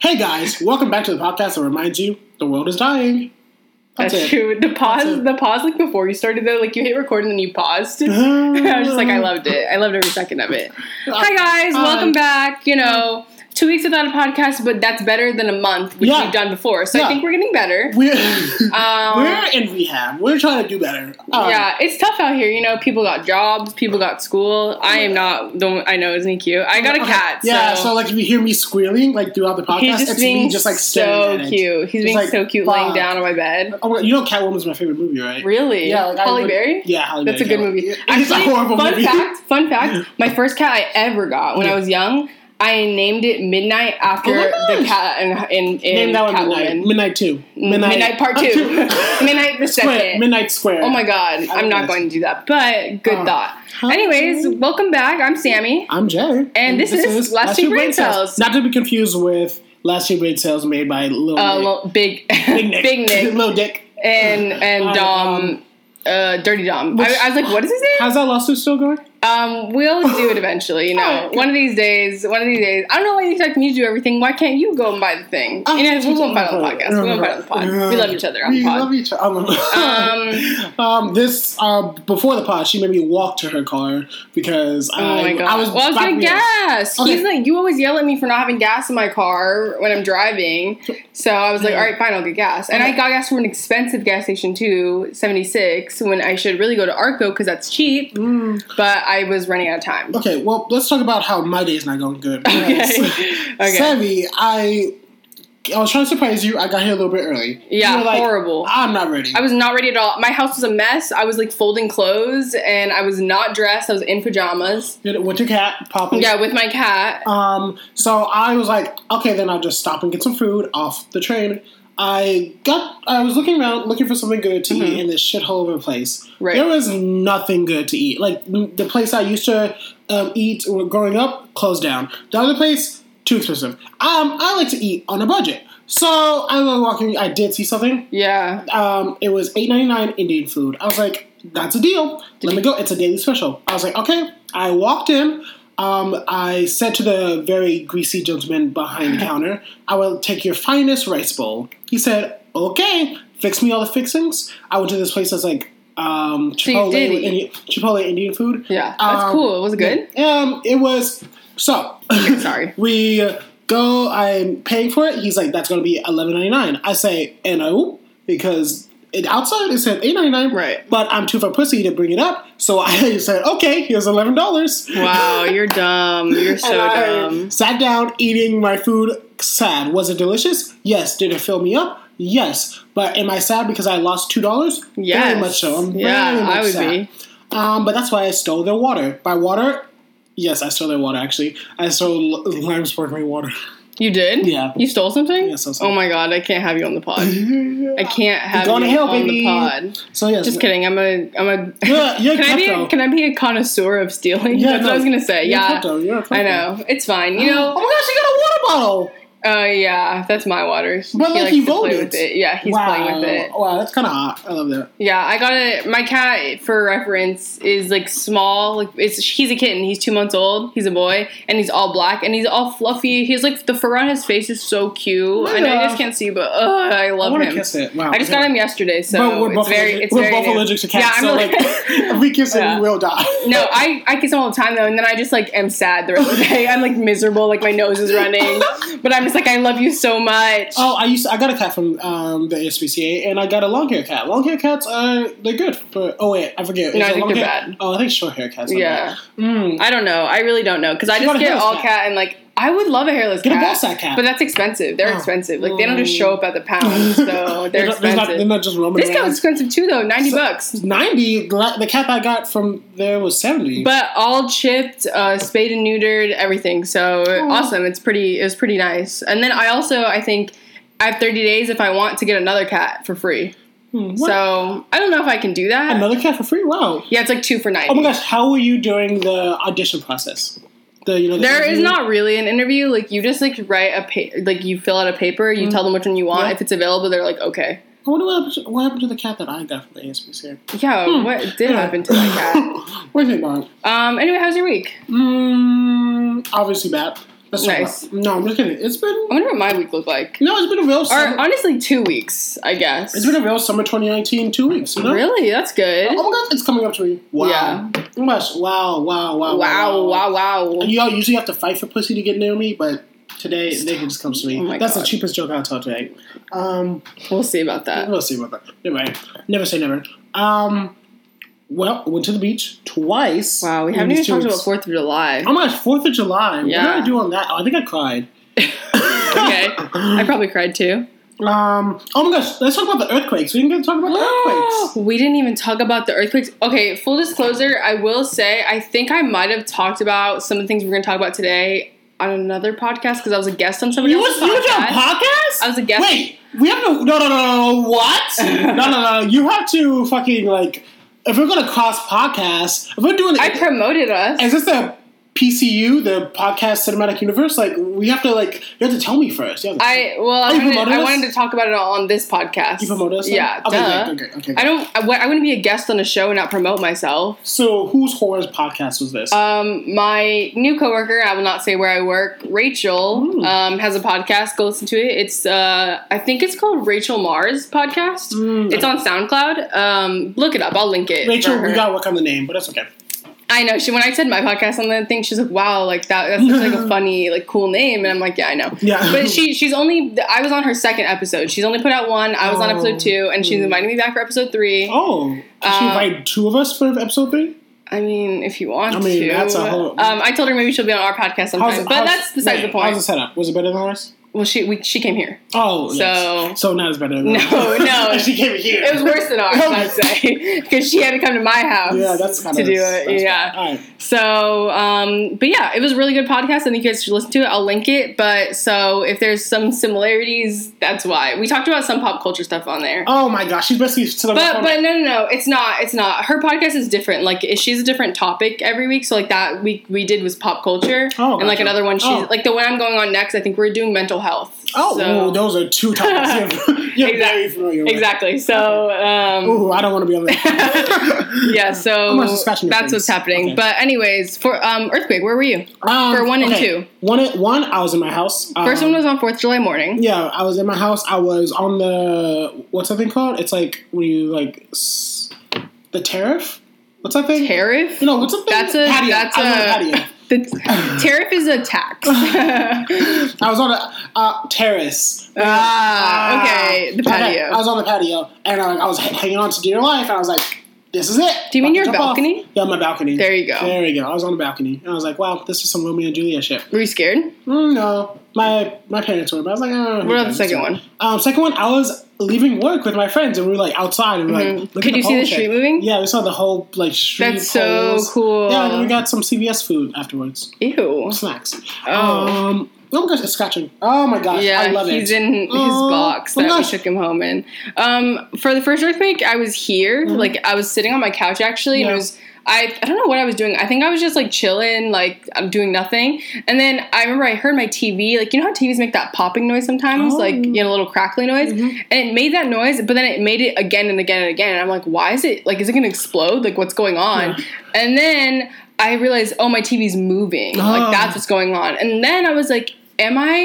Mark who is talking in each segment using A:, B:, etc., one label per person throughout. A: Hey guys, welcome back to the podcast that reminds you the world is dying.
B: That's,
A: That's it.
B: true. The pause,
A: it.
B: the pause, like before you started though, like you hit record and then you paused. I was just like, I loved it. I loved every second of it. Hi guys,
A: Hi.
B: welcome back. You know, two weeks without a podcast, but that's better than a month, which
A: Yeah.
B: we've done before. So
A: Yeah.
B: I think we're getting better.
A: We're,
B: Um,
A: we're in rehab. We're trying to do better. Uh,
B: yeah, it's tough out here. You know, people got jobs, people got school. I am not. Don't I know? Isn't he cute? I got a
A: okay.
B: cat.
A: Uh-huh. Yeah, so. like if you hear me squealing like throughout the podcast,
B: he's just
A: it's
B: being
A: me just like
B: so
A: staring at it.
B: cute. He's
A: Just
B: being
A: like,
B: so cute, laying
A: fuck.
B: down on my bed.
A: Oh, you know, Catwoman's my favorite movie, right?
B: Really?
A: Yeah, like, I
B: Holly
A: would-
B: Berry.
A: Yeah, Halle
B: That's a
A: Berry,
B: good
A: Catwoman.
B: movie.
A: It- It's
B: Actually,
A: a horrible
B: fun
A: movie.
B: fact, fun fact, my first cat I ever got when I was young, I named it Midnight after
A: Oh my
B: the
A: gosh.
B: cat in, in, in
A: Name that one Midnight.
B: Catwoman. Mm,
A: Midnight Two.
B: Midnight, Part
A: uh,
B: 2. Midnight the
A: Square.
B: second.
A: Midnight Square.
B: Oh my god,
A: I
B: I'm not
A: guess.
B: going to do that, but good
A: Oh.
B: thought.
A: Hi.
B: Anyways, welcome back. I'm Sammy.
A: I'm Jay.
B: And this is Last Two Brain Cells.
A: Not to be confused with Last Two Brain Cells made by Lil
B: Uh,
A: Nick.
B: well, big,
A: Big Nick.
B: Big Nick,
A: Lil Dick.
B: and and
A: Uh,
B: Dom,
A: um,
B: uh, Dirty Dom. I,
A: which-
B: I was like, what is his name?
A: How's that lawsuit still going?
B: Um, we'll do it eventually. You know,
A: Alright.
B: one of these days. One of these days. I don't know why you expect me to do everything. Why can't you go and buy the thing?
A: Oh,
B: you know, we won't fight
A: right,
B: on the
A: right,
B: podcast. We won't
A: right,
B: fight on the pod.
A: right.
B: We love each other on the
A: We love
B: pod.
A: each other. Um, this uh, before the pod, she made me walk to her car because
B: Oh
A: I,
B: my god!
A: I was.
B: well, I was
A: about
B: gonna
A: to be like,
B: gas.
A: Okay.
B: He's like, you always yell at me for not having gas in my car when I'm driving. So I was like, all right, fine, I'll get gas. And I got gas from an expensive gas station too, 76, when I should really go to Arco because that's cheap.
A: Mm.
B: But I was running out of time.
A: Okay, well, let's talk about how my day is not going good.
B: Okay.
A: because-
B: okay.
A: Sammy, I I was trying to surprise you. I got here a little bit early.
B: yeah.
A: you were like,
B: horrible.
A: I'm not ready.
B: I was not ready at all. My house was a mess. I was like folding clothes and I was not dressed. I was in pajamas.
A: Went to cat Papa.
B: Yeah, with my cat.
A: Um, so I was like, okay, then I'll just stop and get some food off the train. I got. I was looking around, looking for something good to eat in this shithole of a place.
B: Mm-hmm. Right.
A: There was nothing good to eat. Like m- the place I used to um, eat when growing up closed down. The other place too expensive. Um, I like to eat on a budget. So I was walking. I did see something.
B: Yeah.
A: Um, it was eight ninety nine Indian food. I was like, that's a deal. Let me go. It's a daily special. I was like, okay. I walked in. Um, I said to the very greasy gentleman behind the counter, I will take your finest rice bowl. He said, okay. Fix me all the fixings. I went to this place that's like um,
B: you
A: Chipotle,
B: did eat.
A: Indi- Chipotle Indian food.
B: Yeah. That's
A: Um,
B: cool. Was it good?
A: Um, it was so.
B: Sorry.
A: We go. I'm paying for it. He's like, that's going to be eleven ninety nine. I say, no, because it, outside it said eight ninety nine.
B: Right.
A: But I'm too for pussy to bring it up. So I said, okay, here's eleven dollars.
B: Wow, you're dumb. You're so
A: And I
B: dumb.
A: Sat down eating my food. Sad. Was it delicious? Yes. Did it fill me up? Yes. But am I sad because I lost two dollars?
B: Yes.
A: Very much so. I'm
B: yeah,
A: very much
B: I would
A: sad.
B: be.
A: Um, but that's why I stole their water. By water, yes, I stole their water. Actually, I stole l- lime sparkling water.
B: You did?
A: Yeah.
B: You stole something?
A: Yeah, I stole
B: oh
A: something.
B: my god, I can't have you on the pod. I can't have
A: going
B: you
A: to hell,
B: on
A: baby.
B: the pod.
A: So yes,
B: Just kidding. I'm a I'm a
A: You're, you're
B: Can I be a,
A: klepto.
B: can I be a connoisseur of stealing?
A: Yeah,
B: That's
A: no,
B: what I was gonna say.
A: You're
B: Yeah.
A: klepto. You're a klepto.
B: I know. It's fine. You
A: Oh
B: know,
A: my gosh, you got a water bottle.
B: Uh, yeah, that's my water. He,
A: But,
B: he
A: like,
B: likes
A: he
B: to play
A: voted.
B: with it. Yeah, he's
A: wow.
B: playing with it.
A: Wow, that's kind of hot. I love that.
B: Yeah, I got it. My cat, for reference, is like small. Like it's he's a kitten. He's two months old. He's a boy, and he's all black, and he's all fluffy. He's like the fur on his face is so cute. I know you
A: Yeah.
B: guys can't see, but uh, I
A: I
B: love
A: want to
B: him.
A: kiss it. Wow.
B: I just got him yesterday, so
A: But we're
B: it's
A: both
B: very.
A: allergic,
B: It's
A: we're
B: very
A: both
B: new.
A: allergic to cats.
B: Yeah, I'm
A: so
B: like-
A: like, if we kiss
B: Yeah.
A: it, we will die.
B: No, I, I kiss him all the time though, and then I just like am sad the rest of the day. I'm like miserable, like my nose is running, but I'm just like I love you so much.
A: Oh, I used to, I got a cat from um, the SPCA, and I got a long hair cat. Long hair cats are they're good, but oh wait, I forget.
B: No,
A: Is
B: I
A: it
B: think
A: long
B: they're
A: hair-
B: bad.
A: Oh, I think short hair cats. Are
B: yeah.
A: bad. Mm.
B: I don't know. I really don't know because I
A: You
B: just
A: got a
B: get
A: hairless
B: all
A: cat.
B: cat and like I would love a hairless
A: Get a
B: cat,
A: ball sack cat.
B: but that's expensive. They're
A: Oh.
B: expensive. Like they don't just show up at the pound, so
A: They're
B: they're
A: not- they're not, they're
B: expensive.
A: not just roaming
B: This cat
A: around.
B: was expensive too, though ninety
A: So-
B: bucks.
A: 90 gla- the cap i got from there was 70
B: But all chipped, uh, spayed and neutered, everything. So awesome. It's pretty. It was pretty nice. And then I also I think I have thirty days if I want to get another cat for free.
A: Hmm, what?
B: So I don't know if I can do that.
A: another cat for free wow
B: yeah, it's like two for ninety.
A: oh my gosh how were you during the audition process the you know the
B: There is
A: interview?
B: not really an interview. Like you just like write a pa- like you fill out a paper. You tell them which one you want.
A: Mm-hmm. Yeah.
B: If it's available, they're like okay.
A: i wonder what happened, to, what happened to the cat that i got from the ASPCA.
B: Yeah, what did
A: Hmm. Yeah.
B: happen to my cat?
A: what do you think about it?
B: Um. Anyway, how's your week?
A: mm, obviously bad Let's talk
B: Nice. Oh.
A: about- No, I'm just kidding. It's been
B: I wonder what my week looked like.
A: no, it's been a real
B: Or
A: summer,
B: honestly, two weeks, I guess.
A: it's been a real summer 2019. Two weeks, you know.
B: Really? That's good.
A: Oh my god, it's coming up to me. Wow.
B: Yeah.
A: Oh my gosh. Wow, wow, Oh, wow,
B: wow, wow, wow.
A: And y'all usually have to fight for pussy to get near me, but today they can just come to me.
B: Oh my
A: That's
B: God.
A: the cheapest joke I'll tell today. Um,
B: We'll see about that.
A: Uh, we'll see about that. Anyway, never say never. Um, well, went to the beach twice.
B: Wow, we
A: in
B: haven't
A: these
B: even
A: two
B: talked
A: weeks.
B: about Fourth of July.
A: Oh my gosh, Fourth of July. What
B: Yeah.
A: did I do on that? Oh, I think I cried.
B: okay, I probably cried too.
A: Um. Oh my gosh, let's talk about the earthquakes. We didn't get to talk about the earthquakes.
B: we didn't even talk about the earthquakes. Okay, full disclosure, I will say I think I might have talked about some of the things we're going to talk about today on another podcast because I was a guest on somebody
A: You was
B: else's
A: you was on a
B: podcast.
A: podcast?
B: I was a guest.
A: Wait, we have to. No, no, no, no. What? no, no, no. You have to fucking like. If we're gonna cross podcasts, if we're doing,
B: I promoted us.
A: is this the PCU, the podcast cinematic universe? Like, we have to like. You have to tell me first. You have to-
B: I well, I,
A: Oh, you
B: wanted,
A: promoted
B: I
A: us?
B: wanted to talk about it on this podcast.
A: you promote us. then?
B: Yeah,
A: Okay,
B: duh.
A: good, okay, okay.
B: I don't. I, I wouldn't be a guest on a show and not promote myself.
A: so, whose horror's podcast was this?
B: Um, my new coworker, I will not say where I work, Rachel,
A: Ooh.
B: um, has a podcast. Go listen to it. It's uh, I think it's called Rachel Mars Podcast.
A: Mm.
B: It's on SoundCloud. Um, look it up. I'll link it.
A: Rachel,
B: for her.
A: we gotta work on the name, but that's okay.
B: I know she. When I said my podcast on the thing, she's like, "Wow, like that. That's such, like a funny, like cool name." And I'm like, "Yeah, I know."
A: Yeah.
B: But she, she's only. I was on her second episode. She's only put out one. I was on
A: Oh.
B: episode two, and she's inviting me back for episode three.
A: Oh, did she
B: Um,
A: invite two of us for episode three?
B: I mean, if you want
A: I mean,
B: to.
A: that's a whole-
B: Um, I told her maybe she'll be on our podcast sometime, but that's besides
A: wait,
B: the point.
A: How's the setup? Was it better than ours?
B: Well, she we, she came here.
A: Oh, yes.
B: So-
A: so not as better. Than
B: No,
A: ours.
B: no.
A: And she came here.
B: It was worse than ours, I'd say, because she had to come to my house
A: Yeah, that's kind
B: to
A: of
B: do it. Yeah.
A: All right.
B: So, um, but yeah, it was a really good podcast. I think you guys should listen to it. I'll link it. But so if there's some similarities, that's why we talked about some pop culture stuff on there.
A: Oh my gosh, she's basically to the
B: But but no no no, it's not it's not. Her podcast is different. Like she's a different topic every week. So like that week we did was pop culture,
A: Oh,
B: and like
A: gotcha.
B: another one she's
A: Oh.
B: like the one I'm going on next. I think we're doing mental health.
A: oh,
B: So-
A: ooh, those are two topics. You're
B: Exactly.
A: very familiar. With.
B: exactly. So um,
A: Ooh, I don't want to be on that.
B: yeah, so
A: I'm gonna scratch my
B: that's
A: face.
B: what's happening.
A: Okay.
B: But anyways, for um, earthquake, where were you?
A: Um,
B: For one and
A: okay.
B: two.
A: One, one, I was in my house.
B: First
A: Um,
B: one was on Fourth of July morning.
A: Yeah, I was in my house. I was on the what's that thing called? It's like when you like s- the tariff. What's that thing?
B: Tariff.
A: No, what's that thing?
B: That's a-
A: patio.
B: that's
A: I was on
B: a-
A: patio.
B: The tariff is a tax.
A: I was on a uh, terrace.
B: ah, okay. The
A: Okay, um,
B: patio.
A: I was on the patio, and I, I was h- hanging on to Dear Life, and I was like, "This is it."
B: Do you mean
A: About to
B: your
A: jump off.
B: balcony?
A: Yeah, my balcony.
B: There you go.
A: There you go. I was on the balcony, and I was like, "Wow, this is some Romeo and Juliet shit."
B: were you scared?
A: Mm, no, my my parents were, but I was like, oh,
B: What about the second one?
A: Um, second one, I was leaving work with my friends, and we were like outside, and we were
B: Mhm.
A: like,
B: Could you see the street
A: street
B: moving?
A: Yeah, we saw the whole like street.
B: That's so
A: poles.
B: cool.
A: Yeah, and then we got some CVS food afterwards,
B: Ew.
A: snacks.
B: Oh.
A: Um, oh my gosh, it's scratching. Oh my gosh,
B: Yeah,
A: I love
B: he's
A: it.
B: in his
A: Oh,
B: box
A: oh
B: that we
A: gosh.
B: took him home in. Um, for the first earthquake, I was here. Like I was sitting on my couch actually, and it
A: Mm-hmm. Yeah.
B: was I, I don't know what I was doing. I think I was just like chilling, like I'm doing nothing. And then I remember I heard my TV, like you know how TVs make that popping noise
A: Oh.
B: sometimes,
A: Mm-hmm.
B: like you know, a little crackly noise, and it made that noise. But then it made it again and again and again. And I'm like, why is it like? Is it going to explode? Like what's going on? And then I realized, oh, my TV's moving. Like
A: Oh.
B: that's what's going on. And then I was like, am I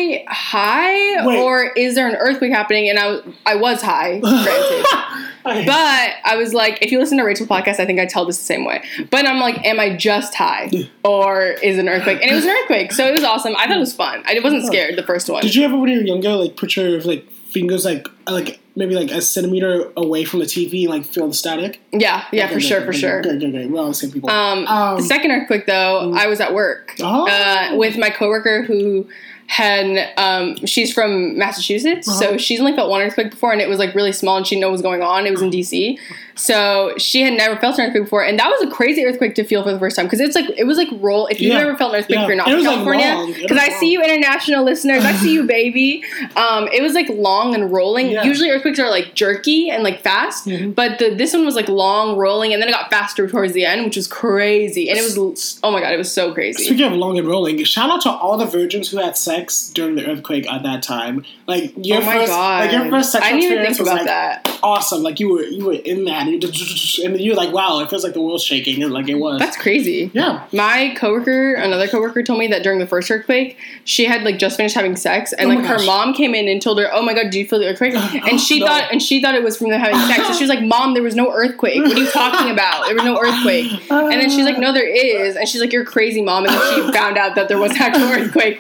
B: high
A: Wait.
B: or is there an earthquake happening? And I was, I was high, granted.
A: Okay.
B: But I was like, if you listen to Rachel's podcast, I think I tell this the same way. But I'm like, am I just high or is it an earthquake? And it was an earthquake, so it was awesome. I thought it was fun. I wasn't scared the first one.
A: Did you ever, when you were younger, like put your like fingers like like maybe like a centimeter away from the TV and like feel the static?
B: yeah, yeah, for
A: Okay,
B: sure,
A: okay,
B: for
A: okay,
B: sure.
A: Okay, okay, okay. We're all the same people.
B: Um, the second earthquake, though, I was at work
A: mm. Oh.
B: uh, with my coworker who had um, she's from Massachusetts, so
A: Uh-huh.
B: she's only felt one earthquake before, and it was like really small, and she didn't know what was going on. It was in DC, so she had never felt an earthquake before, and that was a crazy earthquake to feel for the first time because it's like it was like roll. If you've
A: Yeah.
B: never felt an earthquake,
A: Yeah.
B: if you're not
A: It
B: from
A: was, like,
B: California,
A: long. It
B: because
A: was
B: I see you international listeners, I see you, baby. Um, it was like long and rolling.
A: Yeah. Mm-hmm.
B: Usually earthquakes are like jerky and like fast, but the, this one was like long, rolling, and then it got faster towards the end, which was crazy. And it was oh my god, it was so crazy.
A: Speaking of long and rolling, shout out to all the virgins who had sex during the earthquake at that time. Like your
B: Oh my
A: first,
B: god,
A: like your first
B: I
A: sexual
B: didn't even
A: experience
B: think
A: was like
B: about that.
A: awesome. Like you were you were in that, and, you just, and you're like, wow, it feels like the world's shaking, and like it was.
B: That's crazy.
A: yeah.
B: My coworker, another coworker, told me that during the first earthquake, she had like just finished having sex, and
A: Oh
B: like
A: my
B: her
A: gosh.
B: mom came in and told her, "Oh my god, do you feel the earthquake?" And she
A: No.
B: thought, and she thought it was from them having sex. And she was like, "Mom, there was no earthquake. What are you talking about? There was no earthquake." And then she's like, "No, there is." And she's like, "You're crazy, mom." And then she found out that there was an actual earthquake.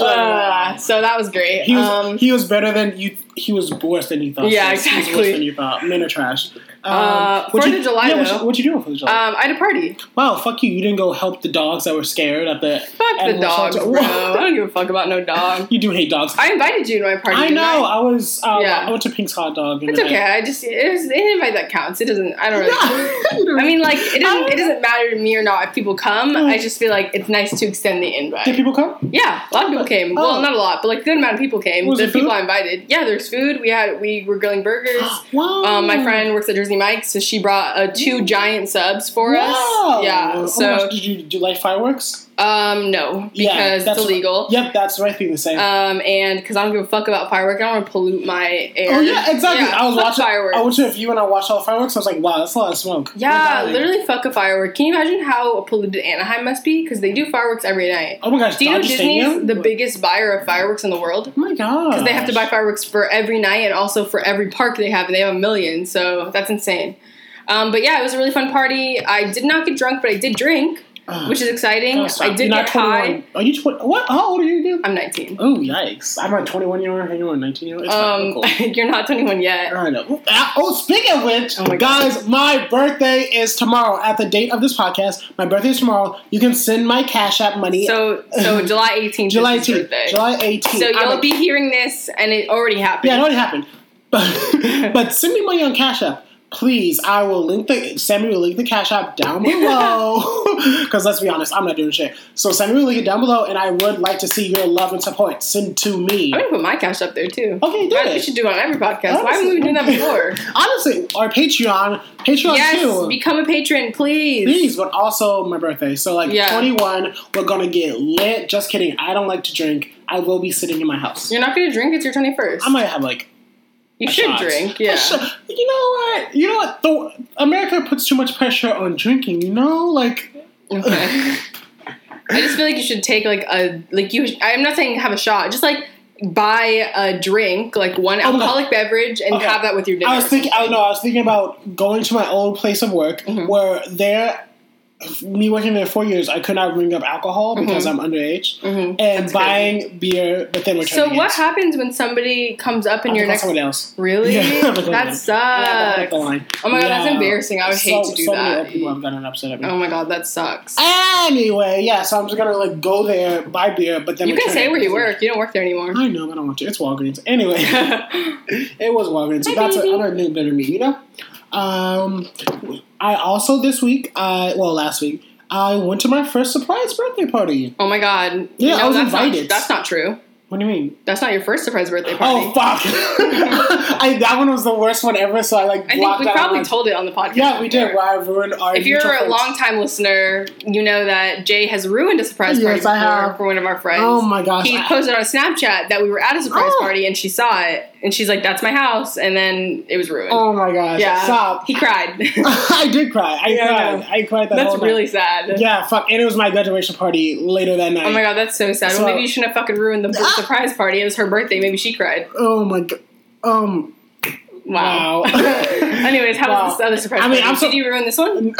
B: Uh, so that was great.
A: He was,
B: um,
A: he was better than you. He was worse than you thought.
B: Yeah,
A: Yes, He was
B: exactly.
A: worse than you thought. Men are trash. Um,
B: Uh,
A: what
B: Fourth
A: you-
B: of July,
A: Yeah, what
B: though.
A: you, what you doing for the July?
B: um, I had a party.
A: wow, fuck you. You didn't go help the dogs that were scared at the.
B: Fuck the
A: animal
B: dog,
A: shelter.
B: bro. I don't give a fuck about no dog.
A: you do hate dogs.
B: I invited you to my party.
A: I
B: didn't
A: know. I, was. Um,
B: Yeah.
A: I went to Pink's hot dog. and
B: It's
A: I-
B: okay. I just it was an invite that counts. It doesn't. I don't really.
A: I
B: I mean, like it doesn't. It doesn't matter to me or not if people come. I just feel like it's nice to extend the
A: Did
B: invite.
A: people come?
B: Yeah, a lot of people came.
A: Oh.
B: Well, not a lot, but like a good amount of people came.
A: Was
B: the
A: there food?
B: people I invited. Yeah, there's food. We had we were grilling burgers.
A: Wow.
B: Um, my friend works at Jersey Mike's, so she brought uh, two giant subs for
A: Wow.
B: us. Yeah.
A: Oh my
B: So
A: gosh, did you do you like fireworks?
B: um, no, because
A: yeah,
B: it's
A: that's-
B: illegal.
A: Yep, that's the right thing to say.
B: Um, and because I don't give a fuck about fireworks, I don't want to pollute my air.
A: oh yeah, exactly. I was
B: fuck
A: watching.
B: fireworks.
A: I went to a view and I watched all the fireworks. I was like, wow, that's a lot of smoke.
B: Yeah,
A: We're dying.
B: literally fuck a firework. Can you imagine how polluted Anaheim must be? Because they do fireworks every night.
A: Oh my gosh,
B: Do you know
A: Dodger Stadium?
B: Disney's the biggest buyer of fireworks in the world?
A: Oh my god.
B: Because they have to buy fireworks for every night and also for every park they have, and they have a million, so that's insane. Um, but yeah, it was a really fun party. I did not get drunk, but I did drink,
A: Ugh.
B: which is exciting.
A: Oh,
B: I
A: stop. You're
B: did get
A: not 21.
B: high.
A: Are you 20? What? How old are you again?
B: I'm 19.
A: Oh, yikes. I'm a 21 year old, and you're a 19 year old. It's fine. We're
B: Um,
A: cool.
B: you're not 21 yet.
A: I know. Ah, Oh, speaking of which,
B: Oh my God.
A: guys, my birthday is tomorrow. At the date of this podcast, my birthday is tomorrow. You can send my Cash App money.
B: So, so July 18th. is
A: July
B: his
A: 18th.
B: birthday.
A: July 18th.
B: So
A: I'm
B: you'll
A: a-
B: be hearing this, and it already happened.
A: Yeah, it already happened. But, but send me money on Cash App. Please, I will link the Sammy will link the Cash App down below. Because let's be honest, I'm not doing shit. So Sammy will link it down below, and I would like to see your love and support. Send to me.
B: I'm gonna put my cash up there too.
A: Okay, do
B: Guys,
A: it.
B: We should do it on every podcast. Why haven't
A: Honestly.
B: we been doing that before?
A: Honestly, our Patreon, Patreon
B: yes,
A: too.
B: become a patron, please.
A: Please, but also my birthday. So like
B: Yeah.
A: 21, we're gonna get lit. Just kidding. I don't like to drink. I will be sitting in my house.
B: You're not gonna drink. It's your 21st.
A: I might have like
B: you
A: a
B: should
A: shot.
B: drink.
A: I
B: Yeah.
A: should- you know what? You know what? The, America puts too much pressure on drinking. You know, like
B: Okay. I just feel like you should take like a like you. I'm not saying have a shot. Just like buy a drink, like one
A: Oh my God.
B: alcoholic beverage, and
A: Okay.
B: have that with your dinner.
A: I was thinking. I know. I was thinking about going to my old place of work
B: Mm-hmm.
A: where there. Me working there four years, I could not bring up alcohol
B: Mm-hmm.
A: because I'm underage
B: Mhm.
A: and buying beer, but then we're
B: So what happens when somebody comes up in your next?
A: someone else.
B: Really?
A: Yeah, but don't
B: that
A: drink.
B: sucks.
A: Oh
B: Oh my god, that's embarrassing. I would hate to do
A: so Many
B: that.
A: old people have gotten upset at me.
B: Oh my god, that sucks.
A: Anyway, yeah, so I'm just gonna like go there, buy beer, but then
B: You can
A: return
B: say
A: it.
B: where you work. You don't work there anymore.
A: I know, but I don't want to. It's Walgreens. Anyway, it was Walgreens. So
B: Hi,
A: that's
B: baby.
A: another new bit of me, you know. Um, I also this week, I well last week, I went to my first surprise birthday party.
B: oh my god.
A: Yeah, I was
B: that's
A: invited.
B: Not, that's not true.
A: What do you mean?
B: That's not your first surprise birthday party.
A: Oh fuck! I, that one was the worst one ever. So I like
B: I think
A: blocked
B: we
A: out
B: probably
A: my-
B: told it on the podcast.
A: Yeah, we did.
B: before.
A: Where I ruined our.
B: If you're
A: mutual
B: a
A: friends.
B: long-time listener, you know that Jay has ruined a surprise
A: Yes,
B: party
A: I
B: before
A: have.
B: for one of our friends.
A: Oh my gosh!
B: He
A: I-
B: posted on Snapchat that we were at a surprise
A: Oh.
B: party and she saw it and she's like, "That's my house," and then it was ruined.
A: oh my gosh!
B: yeah,
A: Stop.
B: he cried.
A: I did cry. I
B: Yeah, I
A: cried.
B: know.
A: I cried that
B: that's
A: whole night.
B: really sad.
A: Yeah, fuck. And it was my graduation party later that night.
B: Oh my god, that's so sad.
A: So-
B: well, maybe you shouldn't have fucking ruined the
A: Ah.
B: surprise party. It was her birthday. Maybe she cried.
A: Oh my god. Um. Wow.
B: Wow. Anyways, how
A: Wow.
B: was this other surprise?
A: I mean,
B: party?
A: I'm so-
B: Did you ruin this one?
A: um,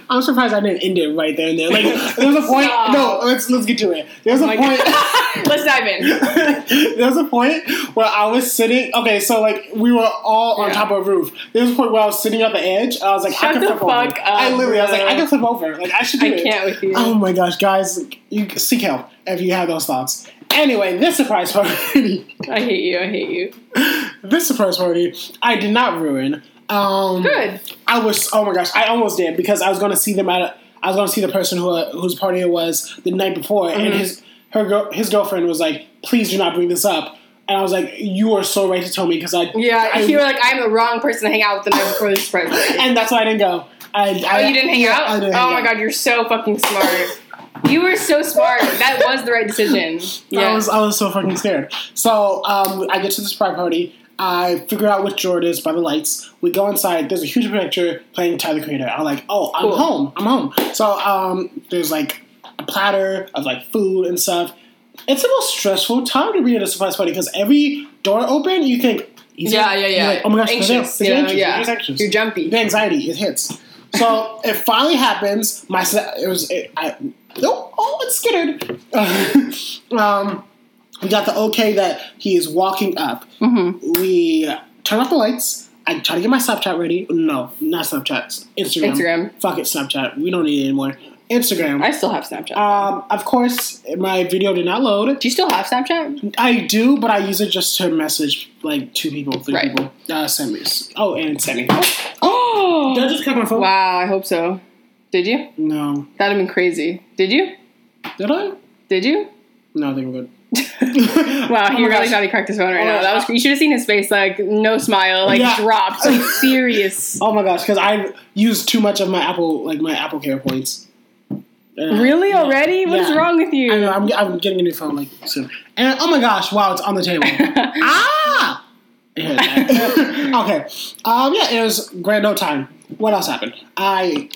A: I'm surprised I didn't end it right there and there. Like, there's a point. No,
B: Stop. Oh
A: let's let's get to it. There's a
B: my
A: point.
B: Let's dive in.
A: There's a point where I was sitting. Okay, so like we were all on
B: Yeah.
A: top of a roof. There was a point where I was sitting at the edge. I was like, I
B: Shut
A: can
B: the
A: flip
B: fuck
A: over. I
B: up,
A: literally, I was like,
B: bro.
A: I can flip over. Like I should do
B: I
A: it.
B: can't with you.
A: Oh my gosh, guys, you seek help if you have those thoughts. Anyway, this surprise party,
B: I hate you. I hate you.
A: this surprise party, I did not ruin. Um,
B: Good.
A: I was. Oh my gosh, I almost did because I was going to see them at. A, I was going to see the person who whose party it was the night before,
B: Mm-hmm.
A: and his her girl his girlfriend was like, "Please do not bring this up." And I was like, "You are so right to tell me because I
B: Yeah,
A: I-
B: you were like, I'm the wrong person to hang out with the night before the surprise party.
A: and that's why I didn't go. I,
B: Oh,
A: I,
B: you didn't hang out?
A: I didn't
B: oh
A: hang
B: my
A: out.
B: god, you're so fucking smart. you were so smart. That was the right decision. Yeah.
A: I was I was so fucking scared. So um, I get to the surprise party. I figure out which door it is by the lights. We go inside. There's a huge projector playing Tyler the Creator. I'm like, oh, I'm
B: Cool.
A: home. I'm home. So um, there's like a platter of like food and stuff. It's the most stressful time to be at a surprise party because every door open, you think, easy.
B: Yeah, yeah, yeah.
A: You're like, oh my gosh, they're there.
B: Anxious,
A: They're
B: you know,
A: anxious. They're
B: yeah.
A: just anxious.
B: You're jumpy.
A: The anxiety it hits. So it finally happens. My se- it was it, I no oh it's skittered. um, we got the okay that he is walking up.
B: Mm-hmm.
A: We turn off the lights. I try to get my Snapchat ready. No, not Snapchat. Instagram.
B: Instagram.
A: Fuck it, Snapchat. We don't need it anymore. Instagram.
B: I still have Snapchat.
A: um, of course, my video did not load.
B: do you still have Snapchat?
A: I do, but I use it just to message like two people, three
B: Right.
A: people. Uh, send me. Oh, and send me. Did I
B: Oh!
A: just cut my phone?
B: Wow, I hope so. Did you?
A: No.
B: That'd have been crazy. Did you?
A: Did I?
B: Did you?
A: No, I think we're good.
B: Wow,
A: Oh
B: he
A: my
B: really
A: gosh.
B: thought he cracked his phone right
A: Oh my
B: now. That was
A: gosh.
B: you should have seen his face, like no smile, like
A: Yeah.
B: dropped, like serious.
A: Oh my gosh, because I used too much of my Apple, like my Apple Care points. Uh,
B: Really
A: yeah.
B: already? What is
A: Yeah.
B: wrong with you?
A: I know, I'm, I'm getting a new phone like soon. And oh my gosh, wow, it's on the table. ah! It hit that. okay. Um, yeah, it was grand no time. What else happened? I.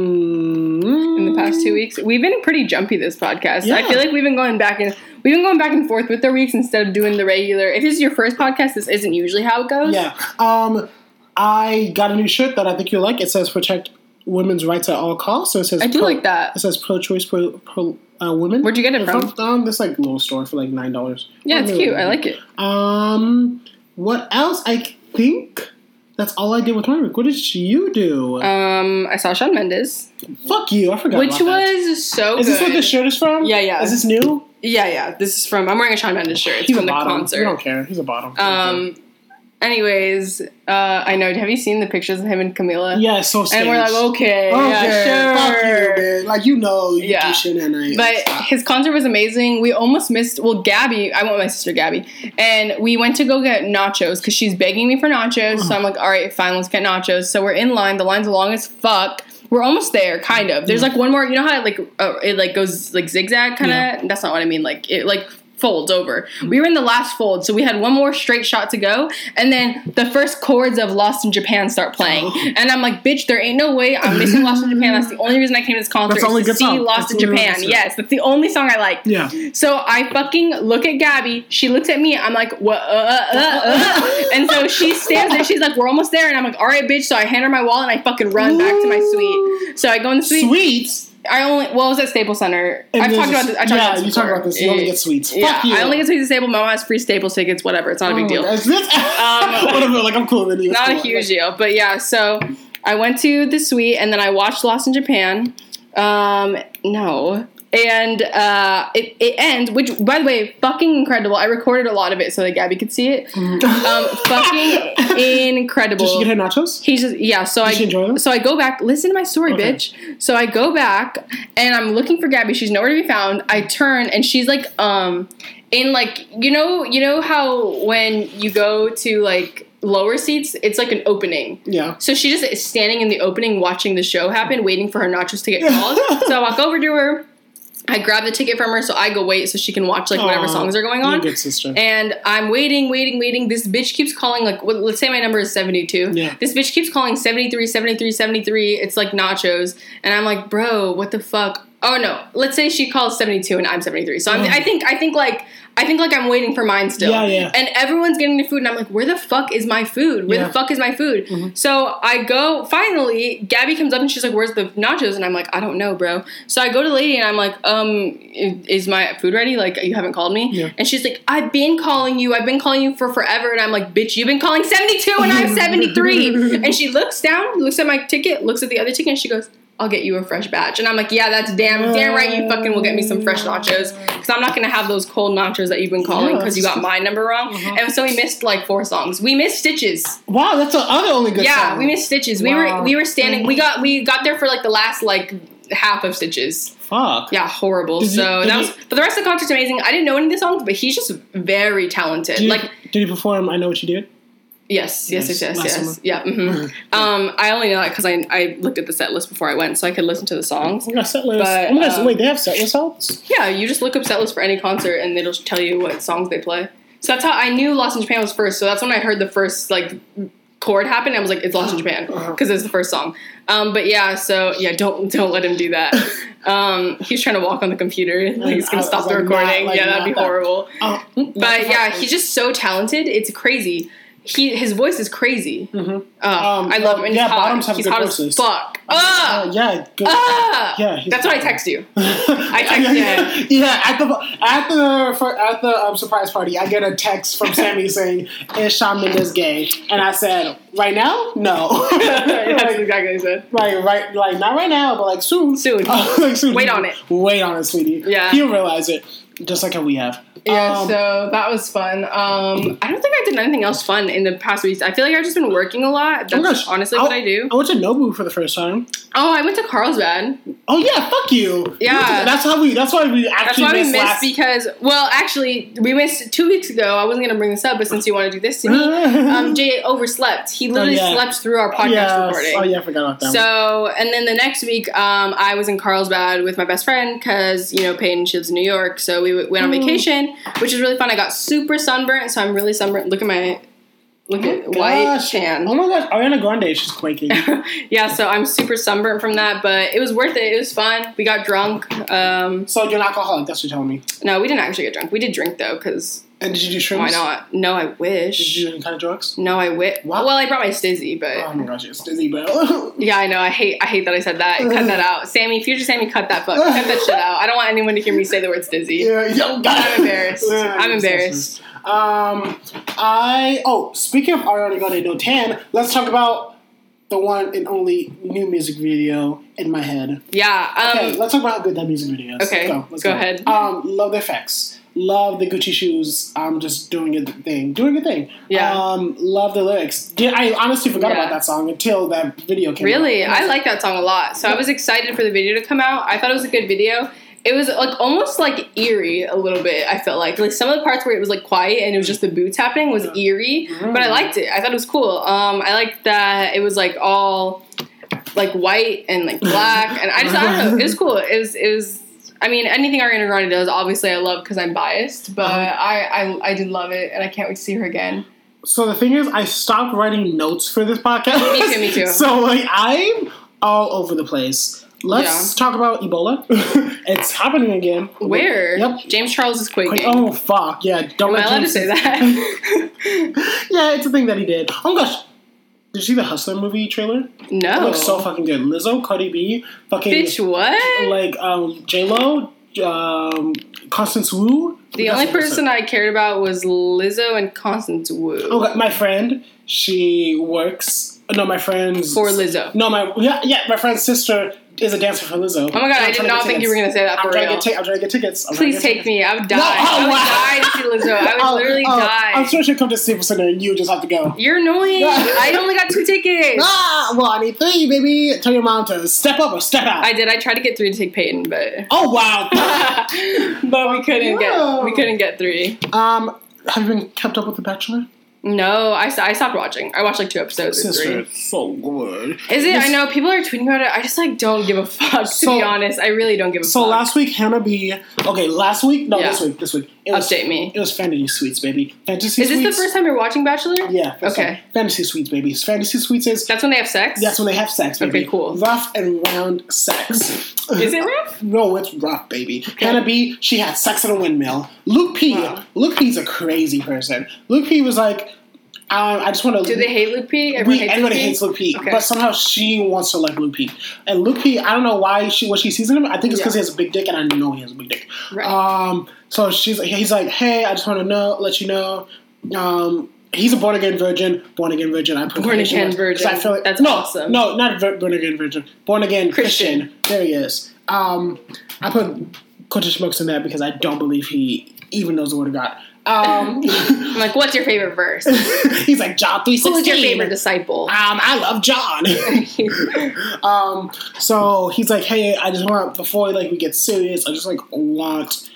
A: Mm,
B: in the past two weeks. We've been pretty jumpy this podcast. I
A: Yeah.
B: feel like we've been going back and we've been going back and forth with the weeks instead of doing the regular. If this is your first podcast, this isn't usually how it goes.
A: Yeah. Um, I got a new shirt that I think you'll like. It says protect women's rights at all costs. So it says
B: I do
A: pro-
B: like that.
A: It says pro-choice pro, pro uh, women.
B: Where'd you get it from?
A: Um, this like little store for like nine dollars.
B: Yeah, it's cute. I like it.
A: Um, what else? I think that's all I did with my week. What did you do?
B: Um, I saw Sean Mendes,
A: Fuck you! I forgot.
B: which
A: about that.
B: was so.
A: Is this
B: good.
A: what this shirt is from?
B: Yeah, yeah.
A: Is this new?
B: Yeah, yeah. This is from. I'm wearing a Sean Mendes shirt. It's
A: He's
B: from
A: a
B: the
A: bottom.
B: concert.
A: We don't care. He's a bottom.
B: Um. Anyways, uh, I know. Have you seen the pictures of him and Camila?
A: yeah, it's so.
B: And we're like,
A: staged.
B: okay, yeah, sure.
A: fuck you, man. Like you know, you
B: Yeah.
A: do shit and I.
B: But his concert was amazing. We almost missed. Well, Gabby, I went with my sister Gabby, and we went to go get nachos because she's begging me for nachos. So I'm like, all right, fine, let's get nachos. So we're in line. The line's long as fuck. We're almost there, kind of. There's like one more. You know how it like uh, it like goes like zigzag, kind of.
A: Yeah.
B: That's not what I mean. Like it like folds over. We were in the last fold, so we had one more straight shot to go, and then the first chords of Lost in Japan start playing, and I'm like, bitch, there ain't no way I'm missing Lost in Japan. That's the only reason I came to this concert
A: That's the only
B: is to
A: good
B: see
A: song.
B: Lost
A: That's
B: in
A: the only
B: Japan.
A: good song.
B: Yes, that's the only song I like.
A: yeah.
B: So I fucking look at Gabby. She looks at me. I'm like, what? Uh, uh, uh. And so she stands there. She's like, we're almost there. And I'm like, all right, bitch. So I hand her my wallet and I fucking run back to my suite. So I go in the suite.
A: Sweets.
B: I only well, it was at Staples Center.
A: And
B: I've
A: there's
B: talked
A: a-
B: about this. I talked
A: yeah,
B: about this
A: you talked
B: before.
A: about this. You only get sweets.
B: Yeah,
A: Fuck you.
B: I only get sweets at Staples. My mom has free Staples tickets. Whatever. It's not a big deal. Um,
A: Is this? Oh, what am I like? I'm cool with it.
B: Not a huge deal, but yeah. So I went to the suite and then I watched Lost in Japan. Um, no. And uh, it, it ends, which by the way, fucking incredible. I recorded a lot of it so that Gabby could see it.
A: Mm-hmm.
B: Um, fucking incredible.
A: Did she get her nachos?
B: He's just yeah. So I
A: she enjoy them?
B: so I go back. Listen to my story,
A: Okay.
B: bitch. So I go back and I'm looking for Gabby. She's nowhere to be found. I turn and she's like um in like you know you know how when you go to like lower seats it's like an opening.
A: Yeah.
B: So she just is standing in the opening watching the show happen, waiting for her nachos to get called. so I walk over to her. I grab the ticket from her, so I go wait so she can watch like whatever
A: Aw,
B: songs are going
A: You're a
B: on.
A: good sister.
B: And I'm waiting, waiting, waiting. This bitch keeps calling, like, well, let's say my number is 72.
A: Yeah.
B: This bitch keeps calling 73, 73, 73. It's like nachos. And I'm like, bro, what the fuck? Oh no! Let's say she calls seventy two and I'm seventy three. So I'm, I think I think like I think like I'm waiting for mine still.
A: Uh-huh. Yeah, yeah.
B: And everyone's getting the food, and I'm like, where the fuck is my food? Where
A: Yeah.
B: the fuck is my food? So I go. Finally, Gabby comes up and she's like, "Where's the nachos?" And I'm like, "I don't know, bro." So I go to the lady and I'm like, "Um, i- is my food ready? Like, you haven't called me?"
A: Yeah.
B: And she's like, "I've been calling you. I've been calling you for forever." And I'm like, "Bitch, you've been calling 72 and I'm 73." and she looks down, looks at my ticket, looks at the other ticket, and she goes. I'll get you a fresh batch, and I'm like, yeah, that's damn, damn right. You fucking will get me some fresh nachos, because I'm not gonna have those cold nachos that you've been calling
A: Yeah,
B: because you
A: that's-
B: got my number wrong, and so we missed like four songs. We missed Stitches
A: wow, that's the other only good.
B: yeah,
A: song.
B: we missed stitches. We
A: Wow.
B: were we were standing. We got we got there for like the last like half of stitches.
A: Fuck.
B: Yeah, horrible.
A: Did you-
B: so
A: did
B: that
A: you-
B: was. But the rest of the concert's amazing. I didn't know any of the songs, but he's just very talented.
A: Did you,
B: like
A: did you perform? I know what you did.
B: yes, yes,
A: Yes,
B: yes, yes,
A: last summer.
B: yes.
A: Mm-hmm.
B: Yeah. hmm um, I only know that because I I looked at the set list before I went, so I could listen to the songs.
A: We got set list.
B: But,
A: oh my gosh,
B: um,
A: wait, they have set Oh, mm, list helps.
B: Yeah, you just look up set list for any concert, and it'll tell you what songs they play. So that's how I knew Lost in Japan was first. So that's when I heard the first like chord happen. I was like, it's Lost in Japan
A: Uh-huh.
B: because it's the first song. Um, but yeah, so yeah, don't don't let him do that. Um, he's trying to walk on the computer. Like, he's
A: I- I
B: gonna stop
A: was
B: the
A: like, not-
B: recording.
A: like,
B: yeah, that'd
A: not
B: be
A: that.
B: horrible.
A: Oh, mm,
B: But yeah,
A: mm.
B: he's just so talented. It's crazy. He his voice is crazy. Uh,
A: Um,
B: I love him. And
A: yeah,
B: he's hot.
A: bottoms have
B: he's
A: good
B: hot
A: voices.
B: as fuck.
A: Uh,
B: Ah,
A: yeah, good.
B: ah!
A: Yeah, he's-
B: That's what I text you.
A: I
B: text
A: yeah, yeah, at the at the for, at the um, surprise party, I get a text from Sammy saying, "Is Shawn Mendes gay?" And I said, "Right now, no."
B: That's
A: like,
B: exactly what I said.
A: like right, like not right now, but like soon,
B: Soon.
A: like soon.
B: Wait on it.
A: Wait on it, sweetie.
B: Yeah.
A: he'll realize it, just like how we have.
B: Yeah,
A: Um,
B: so that was fun. Um, I don't think I did anything else fun in the past weeks. I feel like I've just been working a lot. That's
A: oh my gosh,
B: honestly what I do.
A: I went to Nobu for the first time.
B: Oh, I went to Carlsbad.
A: Oh yeah, fuck you.
B: Yeah.
A: that's how we. That's why we
B: That's
A: actually
B: why we
A: missed,
B: missed
A: last.
B: because, well, actually, we missed two weeks ago. I wasn't going to bring this up, but since you want to do this to me, um, Jay overslept. He literally
A: Oh, yeah.
B: slept through our podcast
A: Yes.
B: recording.
A: Oh yeah, I forgot about that. one.
B: So, and then the next week, um, I was in Carlsbad with my best friend because, you know, Peyton, she lives in New York. So we w- went on
A: Mm.
B: vacation, which is really fun. I got super sunburnt, so I'm really sunburnt. Look at my, look at white
A: Gosh.
B: tan.
A: Oh my gosh, Ariana Grande, she's quaking.
B: yeah, so I'm super sunburnt from that, but it was worth it. It was fun. We got drunk. Um,
A: so you're an alcoholic, that's what you're telling me.
B: no, we didn't actually get drunk. We did drink though, because
A: And did you do shrooms?
B: why not? No, I
A: Did
B: wish.
A: you do any kind of drugs?
B: No, I wish.
A: Wow.
B: Well, I brought my stizzy, but.
A: Oh my gosh, it's Disney, bro.
B: Yeah, I know. I hate. I hate that I said that. Cut that out, Sammy. Future Sammy, cut that fuck. Cut that shit out. I don't want anyone to hear me say the words dizzy.
A: yeah, yo, God.
B: I'm embarrassed. I'm embarrassed.
A: Um, I oh, speaking of Ariana Grande, no tan. oh Let's talk about the one and only new music video in my head.
B: Yeah. Um.
A: Okay, let's talk about how good that music video is.
B: okay,
A: let's go. Let's
B: go ahead.
A: Um, love the effects. Love the Gucci shoes. I'm just doing a thing, doing a thing.
B: Yeah.
A: Um, love the lyrics. Did, I honestly forgot
B: Yeah.
A: about that song until that video came.
B: Really,
A: out.
B: I like that song a lot. So I was excited for the video to come out. I thought it was a good video. It was like almost like eerie a little bit. I felt like like some of the parts where it was like quiet and it was just the boots happening was eerie, but I
A: Mm.
B: liked it. I thought it was cool. Um, I liked that it was like all like white and like black, and I just I don't know. It was cool. It was it was. I mean, anything Ariana Grande does, obviously, I love because I'm biased, but
A: Uh-huh.
B: I, I I did love it, and I can't wait to see her again.
A: So the thing is, I stopped writing notes for this podcast.
B: Me too, me too.
A: So like, I'm all over the place. Let's talk about Ebola. it's happening again.
B: Where
A: Yep.
B: James Charles is quaking.
A: Oh fuck! Yeah, don't
B: Am I
A: let
B: allowed
A: James-
B: to say that?
A: Yeah, it's a thing that he did. Oh my gosh. Did you see the Hustler movie trailer?
B: No.
A: It looks so fucking good. Lizzo, Cardi B, fucking
B: Oh. Bitch, what?
A: like um, J Lo, um, Constance Wu.
B: the only person I cared about was Lizzo and Constance Wu.
A: oh, God, my friend, she works. No, my friend's
B: For Lizzo.
A: No, my yeah, yeah, my friend's sister is a dancer for Lizzo.
B: Oh my god, I did not think you were gonna say that for
A: I'm trying to
B: real.
A: get tickets. I'm trying to get tickets. I'm trying
B: Please
A: to get
B: take me. I would die.
A: No,
B: I would
A: oh,
B: die to see Lizzo. I would
A: Oh,
B: literally
A: oh,
B: die.
A: I'm sure she'll come to Staples Center and you just have to go.
B: You're annoying. I only got two tickets.
A: Ah, well, I need three, baby. Tell your mom to step up or step out.
B: I did. I tried to get three to take Peyton, but
A: oh wow.
B: but we couldn't
A: No.
B: get we couldn't get three.
A: um, have you been kept up with The Bachelor?
B: No, I, st- I stopped watching. I watched like two episodes. or
A: Sister,
B: three.
A: it's so good.
B: Is it? I know people are tweeting about it. I just like don't give a fuck. To
A: So-
B: be honest, I really don't give a
A: So
B: fuck.
A: last week, Hannah B. Okay, last week. No, this
B: Yeah.
A: week. This week. It was,
B: update me.
A: It was fantasy suites, baby. Fantasy
B: Is this
A: suites.
B: the first time you're watching Bachelor?
A: Yeah. first
B: Okay.
A: time. Fantasy suites, baby. Fantasy suites is
B: That's when they have sex.
A: that's when they have sex, baby.
B: Okay, cool.
A: Rough and round sex.
B: Is it rough?
A: No, it's rough, baby. Hannah B, she had sex in a windmill. Luke P, Luke P's a crazy person. Luke P was like, um, I just want to.
B: Do they hate Luke P? Everyone
A: we,
B: hates
A: everybody
B: Luke P?
A: hates Luke P,
B: Okay.
A: but somehow she wants to like Luke P. And Luke P, I don't know why she what she sees in him. I think it's because
B: Yeah.
A: he has a big dick, and I know he has a big dick.
B: Right.
A: Um, so she's he's like, hey, I just want to know, let you know. Um, he's a born again virgin, born again virgin. I put
B: Born
A: quotation
B: again
A: marks, 'cause I
B: virgin.
A: feel like-
B: That's
A: no,
B: awesome.
A: No, not vir- born again virgin, born again Christian.
B: Christian.
A: There he is. Um, I put quotation marks in there because I don't believe he even knows the word of God. Um,
B: I'm like, what's your favorite verse?
A: he's like John three sixteen.
B: Who's your favorite disciple?
A: Um, I love John. um, so he's like, hey, I just want before like we get serious, I just like want,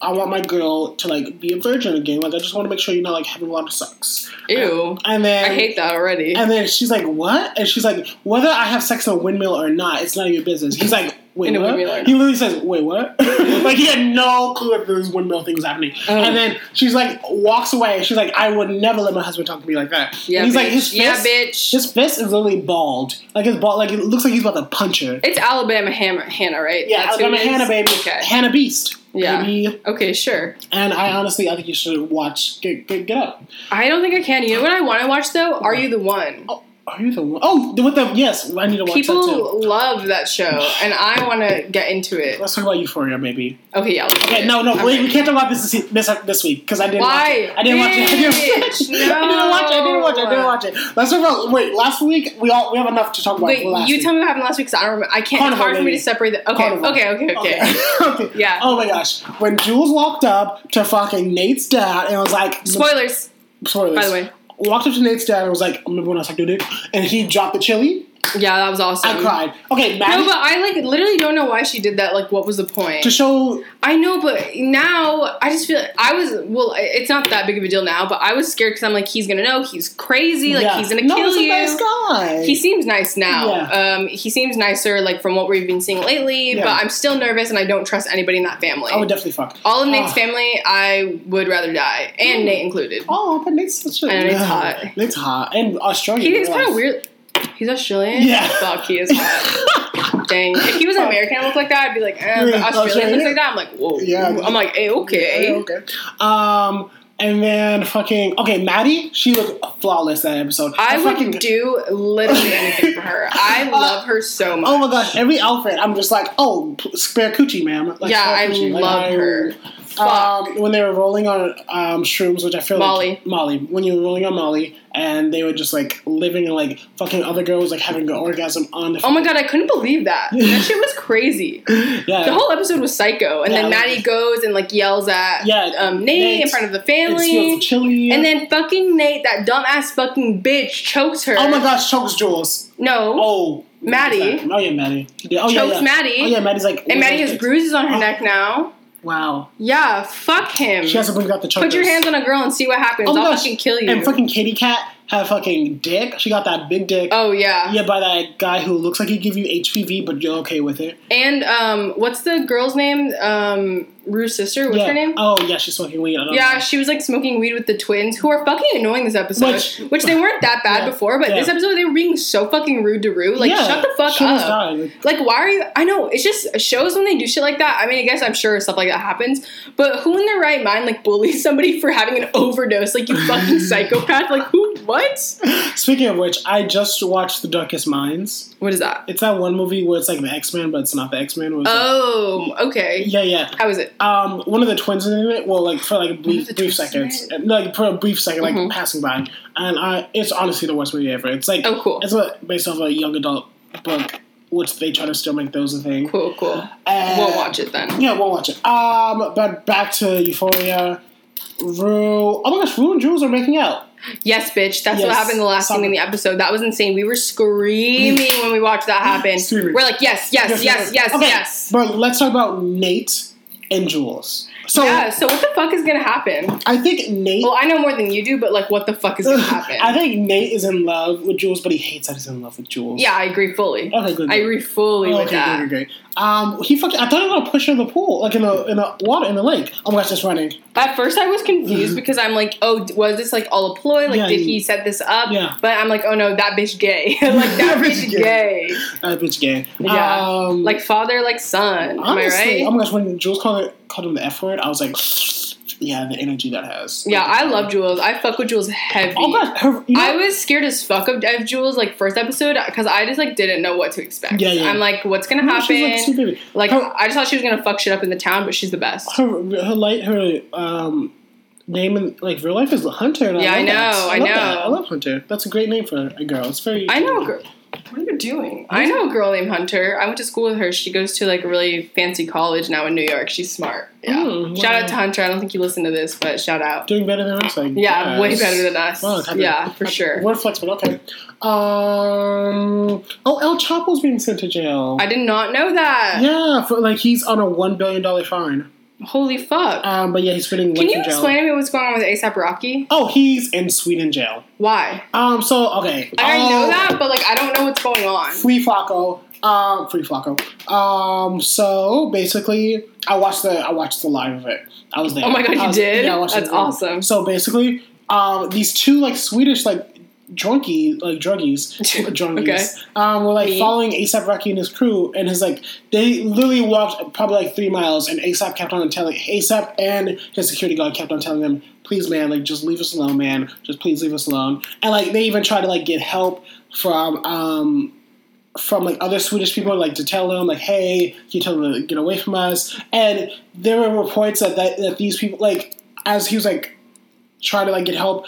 A: I want my girl to like be a virgin again. Like I just want to make sure you're not like having a lot of sex.
B: Ew.
A: And then
B: I hate that already.
A: And then she's like, what? And she's like, whether I have sex in a windmill or not, it's none of your business. He's like, wait,
B: In a
A: what?
B: windmiller.
A: He literally says, wait, what? like, he had no clue that this windmill thing was happening.
B: Oh.
A: And then she's like, walks away. She's like, I would never let my husband talk to me like that.
B: Yeah,
A: and he's
B: bitch.
A: like, his
B: yeah,
A: fist,
B: bitch.
A: his fist is literally bald. Like, his bald, like, it looks like he's about to punch her.
B: It's Alabama Hammer, Hannah, right?
A: yeah,
B: who
A: Alabama
B: it is?
A: Hannah, baby.
B: Okay.
A: Hannah Beast.
B: Yeah.
A: Baby.
B: Okay, sure.
A: And I honestly, I think you should watch Get, get, get Up.
B: I don't think I can. You know what I want to watch though? Are you the one?
A: Oh, are you the one? Oh, with the, yes, I need to watch that too.
B: People love that show, and I want to get into it.
A: Let's talk about Euphoria, maybe.
B: Okay, yeah. let's do
A: Okay,
B: it.
A: no, no,
B: I'm
A: wait,
B: ready.
A: we can't talk about this this, this, this week because I didn't watch
B: Why?
A: it. I didn't watch it. I didn't watch it.
B: Bitch, no.
A: I didn't watch it. I didn't watch it. I didn't watch it. Let's talk about. Wait, last week we all we have enough to talk about.
B: Wait,
A: last
B: you
A: week.
B: tell me what happened last week because I don't remember. I can't.
A: Carnival,
B: it's hard for me
A: baby.
B: to separate the. Okay,
A: Carnival.
B: okay, okay, okay.
A: Okay. okay.
B: Yeah.
A: Oh my gosh. When Jules walked up to fucking Nate's dad and was like,
B: Spoilers,
A: spoilers.
B: by the way.
A: Walked up to Nate's dad and was like, remember when I sucked your dick? And he dropped the chili.
B: Yeah, that was awesome.
A: I cried. Okay, Maddie.
B: No, but I like literally don't know why she did that. Like, what was the point?
A: to show
B: I know, but now I just feel I was well. It's not that big of a deal now, but I was scared because I'm like, he's gonna know. He's crazy. Like,
A: yeah.
B: he's gonna
A: no,
B: kill
A: he's
B: you.
A: a nice guy.
B: He seems nice now.
A: Yeah.
B: Um, he seems nicer, like from what we've been seeing lately.
A: Yeah.
B: But I'm still nervous, and I don't trust anybody in that family.
A: I would definitely fuck.
B: All of Nate's
A: Ah.
B: family, I would rather die, and
A: Ooh.
B: Nate included.
A: Oh, but Nate's such a
B: And Nate's hot.
A: Nate's hot and Australian.
B: He is
A: yes.
B: kind of weird. He's Australian.
A: Yeah.
B: Fuck, he is hot. Dang. If he was an American and looked like that, I'd be like, eh, but
A: Yeah,
B: Australian
A: Australian.
B: looks like that. I'm like, whoa.
A: Yeah.
B: I'm like, hey,
A: Yeah,
B: okay.
A: okay. Um, and then fucking okay, Maddie, she looked flawless that episode.
B: I would
A: fucking
B: do literally anything for her. I love her so much.
A: Oh my gosh, every outfit, I'm just like, oh, p- spare coochie, ma'am. Like,
B: yeah,
A: spare
B: I
A: coochie. Like,
B: love
A: I-
B: her. Fuck.
A: Um, when they were rolling on um, shrooms, which I feel
B: Molly.
A: like Molly, when you were rolling on Molly, and they were just like living in like fucking other girls like having an orgasm on the.
B: Oh my god, I couldn't believe that. That shit was crazy.
A: yeah,
B: The whole episode was psycho, and
A: Yeah,
B: then
A: I like
B: Maddie
A: it.
B: goes and like yells at
A: Yeah,
B: um, Nate in
A: Nate.
B: front of the
A: it
B: family.
A: smells chilly.
B: And then fucking Nate, that dumbass fucking bitch, chokes her.
A: oh my gosh, chokes Jules.
B: No.
A: Oh,
B: Maddie.
A: Oh yeah, Maddie. Yeah, oh yeah,
B: Chokes
A: yeah.
B: Maddie.
A: Oh yeah, Maddie's like.
B: and Maddie has bruises on her neck now.
A: Wow.
B: Yeah, fuck him.
A: She has to bring out the chokers.
B: Put your hands on a girl and see what happens.
A: Oh my
B: I'll
A: gosh.
B: fucking kill you.
A: And fucking Kitty Cat had fucking dick. She got that big dick.
B: oh yeah.
A: Yeah, by that guy who looks like he give you HPV, but you're okay with it.
B: And um, what's the girl's name? Um, Rue's sister. What's
A: yeah.
B: her name?
A: Oh yeah, she's smoking weed. I don't
B: Yeah,
A: Know.
B: she was like smoking weed with the twins, who are fucking annoying this episode. Which,
A: Which-
B: they weren't that bad
A: Yeah,
B: before, but this
A: yeah.
B: episode they were being so fucking rude to Rue. Like,
A: Yeah,
B: shut the fuck
A: she almost
B: up.
A: died. Like,
B: Like, why are you? I know it's just shows when they do shit like that. I mean, I guess I'm sure stuff like that happens, but who in their right mind like bullies somebody for having an overdose? Like, you fucking psychopath. Like, who? What?
A: Speaking of which, I just watched The Darkest Minds.
B: What is that?
A: It's that one movie where it's like the X Men, but it's not the X Men.
B: Oh, okay.
A: yeah, yeah.
B: How is it?
A: um, one of the twins in it. Well, like for like a brief,
B: the
A: brief
B: twins in
A: seconds, like for a brief second, like
B: Mhm.
A: passing by, and I, it's honestly the worst movie ever. It's like
B: Oh, cool.
A: It's a, based off a young adult book, which they try to still make those a thing.
B: Cool, cool.
A: Uh,
B: We'll watch it then.
A: Yeah, we'll watch it. Um, but back to Euphoria. Rue, oh my gosh, Rue and Jules are making out.
B: Yes, bitch. That's what
A: Yes,
B: happened the last scene in the episode. That was insane. We were screaming when we watched that happen.
A: Screaming.
B: We're like, yes, yes, yes, yes,
A: Okay,
B: yes.
A: But let's talk about Nate and Jules. So
B: Yeah. So what the fuck is gonna happen?
A: I think Nate.
B: Well, I know more than you do, but like, what the fuck is gonna happen?
A: I think Nate is in love with Jules, but he hates that he's in love with Jules.
B: Yeah, I agree fully.
A: Okay, good.
B: I agree fully with that.
A: Great, great, great. Um, he fucking. I thought he was gonna push her in the pool, like in the in the water in the lake. Oh my gosh, it's running.
B: At first, I was confused because I'm like, oh, d- was this like all a ploy? Like,
A: Yeah,
B: did
A: you-
B: he set this up?
A: Yeah.
B: But I'm like, oh no, that bitch gay. like that
A: That bitch
B: bitch
A: gay.
B: gay.
A: That bitch gay.
B: Yeah.
A: Um,
B: Like father, like son.
A: honestly, oh
B: am I right?
A: my gosh, when Jules called it called him the F word, I was like, yeah, the energy that has.
B: yeah, I love Jules. I fuck with Jules heavy.
A: Oh my gosh, her. You know,
B: I was scared as fuck of, of Jules like first episode because I just like didn't know what to expect.
A: Yeah, yeah.
B: I'm like, what's gonna
A: no, she's,
B: happen?
A: like, stupid.
B: like
A: Her-
B: I just thought she was gonna fuck shit up in the town, but she's the best.
A: her her light her um. Name in like real life is Hunter. And
B: Yeah,
A: I,
B: I
A: love that.
B: know, I
A: love
B: know.
A: That. I love Hunter. That's a great name for a girl. It's very.
B: I know a girl. What are you doing? I know a girl named Hunter. I went to school with her. She goes to like a really fancy college now in New York. She's smart. Yeah.
A: Mm,
B: Shout
A: wow.
B: out to Hunter. I don't think you listen to this, but shout out.
A: doing better than us. Like
B: Yeah, way better than us.
A: Wow, happy-
B: yeah, for sure.
A: We're flexible, okay. Um. Oh, El Chapo's being sent to jail.
B: I did not know that.
A: yeah, for, like he's on a one billion dollar fine.
B: Holy fuck.
A: Um, but yeah, he's spending.
B: Can
A: weeks
B: you
A: in jail.
B: explain to me what's going on with ASAP Rocky?
A: Oh, he's in Sweden jail.
B: Why?
A: Um. So okay.
B: Like, I
A: Oh,
B: know that, but like I don't know what's going on.
A: Flea Flacco Um, free Flacco. Um, so basically, I watched the I watched the live of it. I was there.
B: Oh my God,
A: I
B: you
A: was-
B: did?
A: Yeah, I watched
B: That's
A: it live.
B: awesome.
A: So basically, um, these two like Swedish like drunkie like druggies drunkies
B: Okay.
A: um, were like
B: Me.
A: following ASAP Rocky and his crew, and his like they literally walked probably like three miles, and ASAP kept on telling ASAP and his security guard kept on telling them, "Please, man, like just leave us alone, man. Just please leave us alone." And like they even tried to like get help from um from like other Swedish people, like to tell them, like, "Hey, can you tell them to get away from us?" And there were reports that that, that these people like as he was like trying to like get help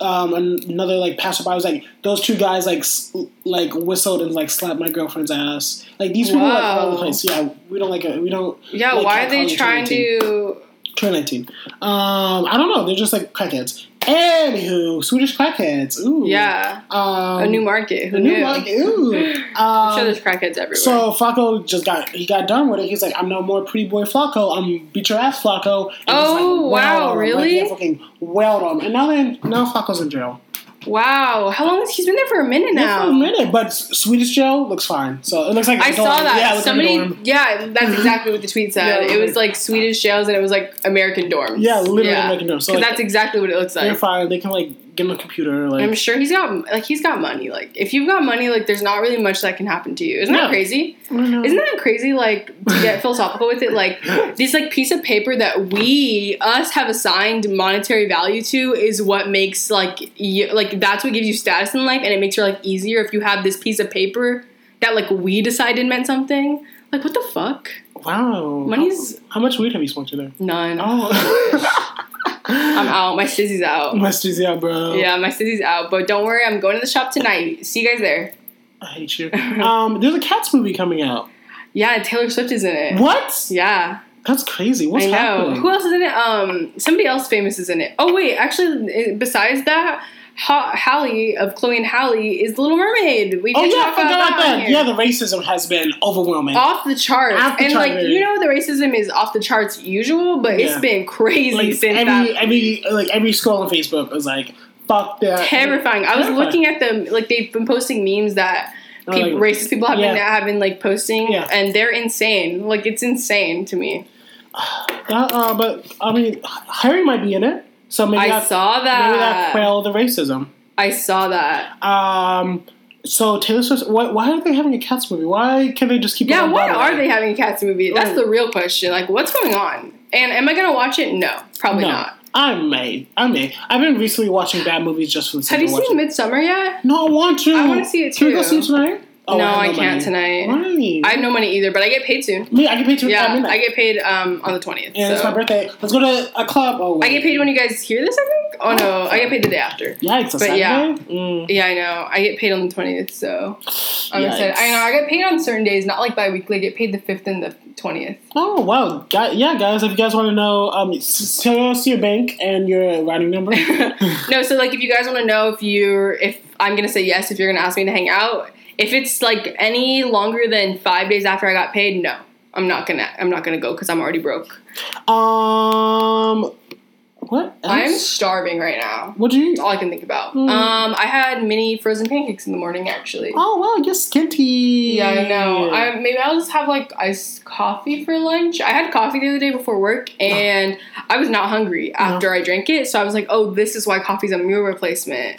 A: um, an- another like passerby was like, "Those two guys like s- like whistled and like slapped my girlfriend's ass." Like these people like all over the
B: Wow.
A: place. Yeah, we don't like it. We don't.
B: Yeah,
A: Like
B: why
A: Cal
B: are they
A: Collins
B: trying to?
A: 2019. Um, I don't know. They're just like crackheads. Anywho, Swedish crackheads. Ooh.
B: Yeah,
A: Um,
B: a new market. Who
A: a new
B: knew?
A: market. Ooh. Um,
B: I'm sure there's crackheads everywhere.
A: so Flacco just got he got done with it. He's like, I'm no more pretty boy Flacco. I'm beat your ass Flacco. And just,
B: Oh,
A: like, wailed
B: wow,
A: on him.
B: really?
A: Like, yeah, fucking wailed on him. And now then now Flacco's in jail.
B: wow, how long? Is, he's been there for a minute
A: Yeah,
B: now.
A: for a minute, but S- Swedish Joe looks fine. So it looks like a
B: I
A: dorm.
B: saw that.
A: Yeah, it looks
B: Somebody,
A: like a dorm.
B: yeah, that's exactly what the tweet said.
A: Yeah,
B: it was like Swedish jails and it was like American dorms.
A: Yeah, literally American dorms. So,
B: 'Cause
A: like,
B: that's exactly what it looks
A: They're
B: like.
A: fine. They can like get on a computer. Like
B: I'm sure he's got like he's got money. Like if you've got money, like there's not really much that can happen to you. Isn't
A: No.
B: that crazy?
A: Mhm.
B: Isn't that crazy? Like to get philosophical with it, like this like piece of paper that we us have assigned monetary value to is what makes like you, like that's what gives you status in life, and it makes your life easier if you have this piece of paper that like we decided meant something. Like what the fuck?
A: wow.
B: Money's
A: how, how much weed have you smoked today?
B: none.
A: Oh,
B: I'm out. My sizzy's out.
A: must is yeah, bro.
B: Yeah, my sizzy's out. But don't worry, I'm going to the shop tonight. See you guys there.
A: I hate you. Um, there's a Cats movie coming out.
B: Yeah, Taylor Swift is in it.
A: What?
B: Yeah,
A: That's crazy. What's
B: I know.
A: happening?
B: Who else is in it? Um, somebody else famous is in it. Oh wait, actually, eh, besides that, ha- Hallie of Chloe and Hallie is the Little Mermaid. We
A: Oh
B: did
A: yeah, I
B: talk about
A: forgot
B: that.
A: about that.
B: on here.
A: Yeah, the racism has been overwhelming.
B: off the charts,
A: Off the
B: and
A: chart,
B: like
A: baby.
B: you know, the racism is off the charts usual, but
A: Yeah.
B: it's been crazy
A: like
B: since
A: every
B: that
A: every like every scroll on Facebook was like, fuck that.
B: terrifying. I was
A: Terrifying.
B: looking at them like they've been posting memes that
A: Oh,
B: people,
A: like-
B: racist people have been
A: yeah.
B: have been like posting,
A: Yeah.
B: and they're insane. Like it's insane to me.
A: Uh, uh, but I mean, Harry might be in it, so maybe
B: I
A: that,
B: saw that.
A: maybe that quell the racism.
B: I saw that.
A: Um, so Taylor Swift, why, why are they having a Cats movie? Why can they just keep? it
B: Yeah,
A: on
B: why
A: Broadway?
B: are they having a cats movie? That's
A: Right.
B: the real question. Like, what's going on? And am I gonna watch it? No, probably
A: No,
B: not.
A: I may, I may. I've been recently watching bad movies just for the sake
B: Have you
A: of watching.
B: seen Midsummer yet?
A: no, I want to.
B: I wanna see it
A: Can we go
B: too.
A: see it tonight? Oh,
B: no,
A: have
B: I, can't
A: money.
B: tonight.
A: Why?
B: I have no money either, but I get paid soon.
A: Me, I get paid to
B: Yeah,
A: midnight.
B: I get paid um, on the twentieth.
A: and it's my birthday. Let's go to a club. Oh, wait.
B: I get paid when you guys hear this. I think. Oh no, I get paid the day after.
A: Yikes! A
B: but
A: Saturday?
B: yeah.
A: Mm.
B: Yeah, I know. I get paid on the twentieth, so I'm excited.
A: Yikes.
B: I know I get paid on certain days, not like bi-weekly. I get paid the fifth and the twentieth.
A: Oh wow! Guy- yeah, guys, if you guys want to know, um, s- tell us your bank and your routing number.
B: no, so like if you guys want to know if you're if I'm gonna say yes if you're gonna ask me to hang out, if it's like any longer than five days after I got paid, no, I'm not gonna I'm not gonna go because I'm already broke.
A: um, what? Else?
B: I'm starving right now.
A: What do you?
B: That's all I can think about.
A: Mm.
B: Um, I had mini frozen pancakes in the morning actually.
A: Oh wow, you're skinty.
B: Yeah, I know. I maybe I'll just have like iced coffee for lunch. I had coffee the other day before work, and I was not hungry after I drank it. So I was like, "Oh, this is why coffee's a meal replacement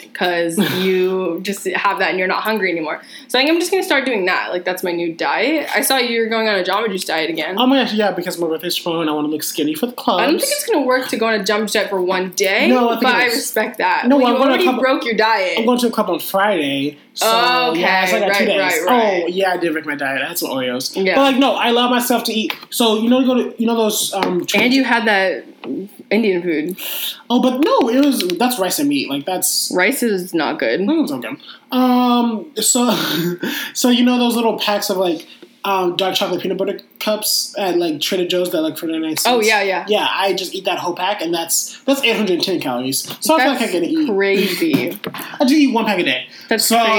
B: because you just have that and you're not hungry anymore." So I think I'm just gonna start doing that. Like that's my new diet. I saw you're going on a Jamba Juice diet again.
A: Oh my gosh, yeah, because my birthday's tomorrow and I want to look skinty for the clubs.
B: I don't think it's gonna work to go on a Jamba Juice diet for one day.
A: No, I think
B: but
A: it
B: I
A: is.
B: respect that.
A: No,
B: well,
A: I'm
B: you
A: gonna
B: already
A: come-
B: broke your diet.
A: I'm going to a club on Friday. So
B: Oh, Okay,
A: yeah, it's like a two
B: right,
A: days.
B: right, right.
A: Oh yeah, I did break my diet. I had some Oreos.
B: Yeah.
A: But like no, I allow myself to eat. So you know you go to you know those um
B: and you had that Indian food.
A: Oh but no, it was that's rice and meat. Like that's
B: Rice is not good.
A: That was okay. Um, so, so you know those little packs of like um, dark chocolate peanut butter cups at like Trader Joe's that like for ninety nine cents.
B: Oh, yeah, yeah.
A: yeah. I just eat that whole pack, and that's that's eight hundred and ten calories. So I feel like I can eat.
B: crazy.
A: I do eat one pack a day.
B: That's
A: So
B: crazy.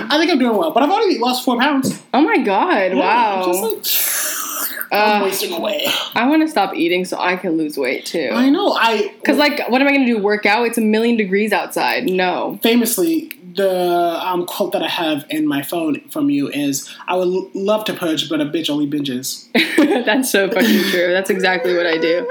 A: I think I'm doing well, but I've already lost four pounds.
B: Oh my god!
A: Yeah,
B: Wow.
A: I'm just like, I'm
B: uh,
A: wasting away.
B: I want to stop eating so I can lose weight
A: I
B: too.
A: know. I
B: Cause like, what am I gonna do? Work out? It's a million degrees outside. No.
A: famously the um, quote that I have in my phone from you is, "I would l- love to purge, but a bitch only binges."
B: That's so fucking true. That's exactly what I do.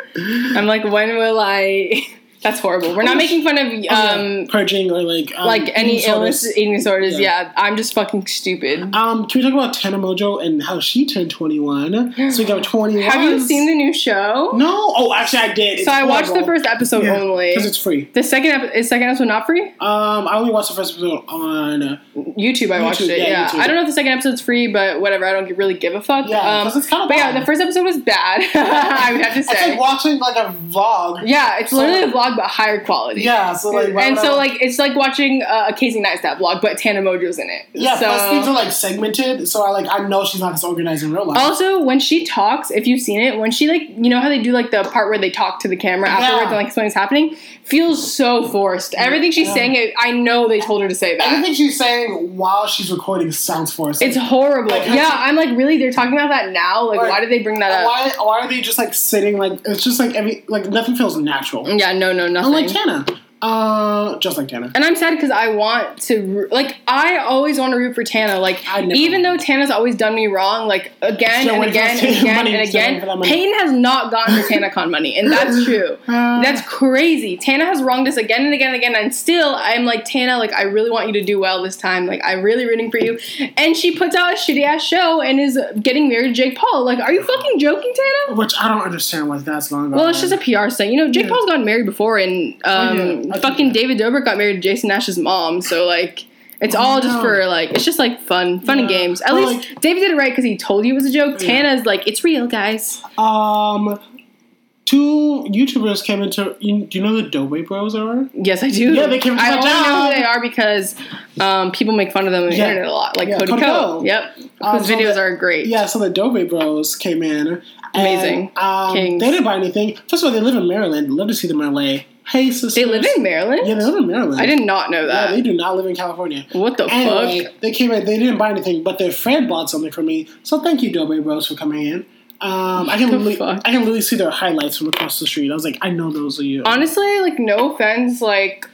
B: I'm like, when will I? That's horrible. We're not making fun of um,
A: Purging or like Oh, um,
B: like any
A: eating disorders.
B: illness, eating disorders.
A: Yeah.
B: Yeah. I'm just fucking stupid.
A: Um, can we talk about Tana Mojo and how she turned 21? Speaking of 21.
B: Have you seen the new show?
A: No. Oh, actually, I did.
B: so I watched the first episode only.
A: Because it's free.
B: The second ep- is second episode not free?
A: Um, I only watched the first episode on.
B: YouTube, I watched
A: YouTube,
B: it.
A: yeah,
B: Yeah,
A: YouTube.
B: I don't know if the second episode's free, but whatever. I don't gi- really give a fuck.
A: Yeah,
B: um,
A: 'cause it's kinda
B: but
A: bad.
B: yeah, the first episode was bad. I would have to
A: It's
B: say.
A: like watching like a vlog.
B: yeah, it's
A: so-
B: literally a vlog, but higher quality.
A: Yeah, so like. why
B: and
A: would I-
B: so like it's like watching uh, a Casey Neistat vlog, but Tana Mojo's in it.
A: Yeah,
B: So-
A: plus things are like segmented, so I like I know she's not as organized in real life.
B: also, when she talks, if you've seen it, when she like, you know how they do like the part where they talk to the camera afterwards
A: Yeah.
B: and like explain what's happening, feels so forced. Everything she's
A: Yeah.
B: saying, I- I know they told her to say that.
A: Everything she's saying while she's recording sounds forced.
B: It's horrible.
A: Like,
B: yeah, I'm like, really? They're talking about that now? Like,
A: Like,
B: why did they bring that
A: Like,
B: up?
A: why why are they just like sitting like it's just like every like nothing feels natural.
B: Yeah, no, no, nothing.
A: Unlike Tana. Uh just like Tana.
B: and I'm sad because I want to ro- like I always want to root for Tana. Like
A: I never-
B: even though Tana's always done me wrong, like again
A: Still
B: and
A: waiting for
B: again
A: that
B: and again
A: money,
B: and
A: still waiting
B: again,
A: for that money.
B: Peyton has not gotten her TanaCon money, and that's true.
A: Uh,
B: That's crazy. Tana has wronged us again and again and again, and still I'm like Tana, like I really want you to do well this time. Like I'm really rooting for you. And she puts out a shitty ass show and is getting married to Jake Paul. Like, are you fucking joking, Tana?
A: which I don't understand why that's long ago.
B: Well, it's just a PR thing. You know, Jake
A: Yeah.
B: Paul's gotten married before, and um,
A: Oh, yeah. I think-
B: fucking David Dobrik got married to Jason Nash's mom. So like, it's all just
A: Oh, no.
B: for like, it's just like fun, fun and
A: Yeah.
B: games. At
A: Well,
B: least David did it right because he told you it was a joke.
A: Yeah.
B: Tana's like, it's real, guys.
A: um two YouTubers came into you, do you know who the Dobe Bros are?
B: Yes, I do.
A: Yeah, they came to
B: I
A: my
B: only know
A: job.
B: who they are because um, people make fun of them on the
A: Yeah.
B: internet a lot, like
A: Yeah,
B: Cody
A: Cody
B: Co.
A: Ko.
B: Yep,
A: Um,
B: whose
A: so
B: videos
A: the-
B: are great.
A: Yeah, so the Dobe Bros came in. and,
B: Amazing.
A: um,
B: Kings.
A: they didn't buy anything. First of all, they live in Maryland. Love to see them in LA. Hey sisters.
B: they live in Maryland.
A: Yeah, they live in Maryland.
B: I did not know
A: Yeah,
B: that.
A: they do not live in California.
B: what the
A: Anyway,
B: fuck?
A: they came in. They didn't buy anything, but their friend bought something for me. So thank you, Dobe Bros, for coming in. Um, I can
B: The
A: literally,
B: fuck?
A: I can literally see their highlights from across the street. I was like, I know those are you.
B: honestly, like no offense, like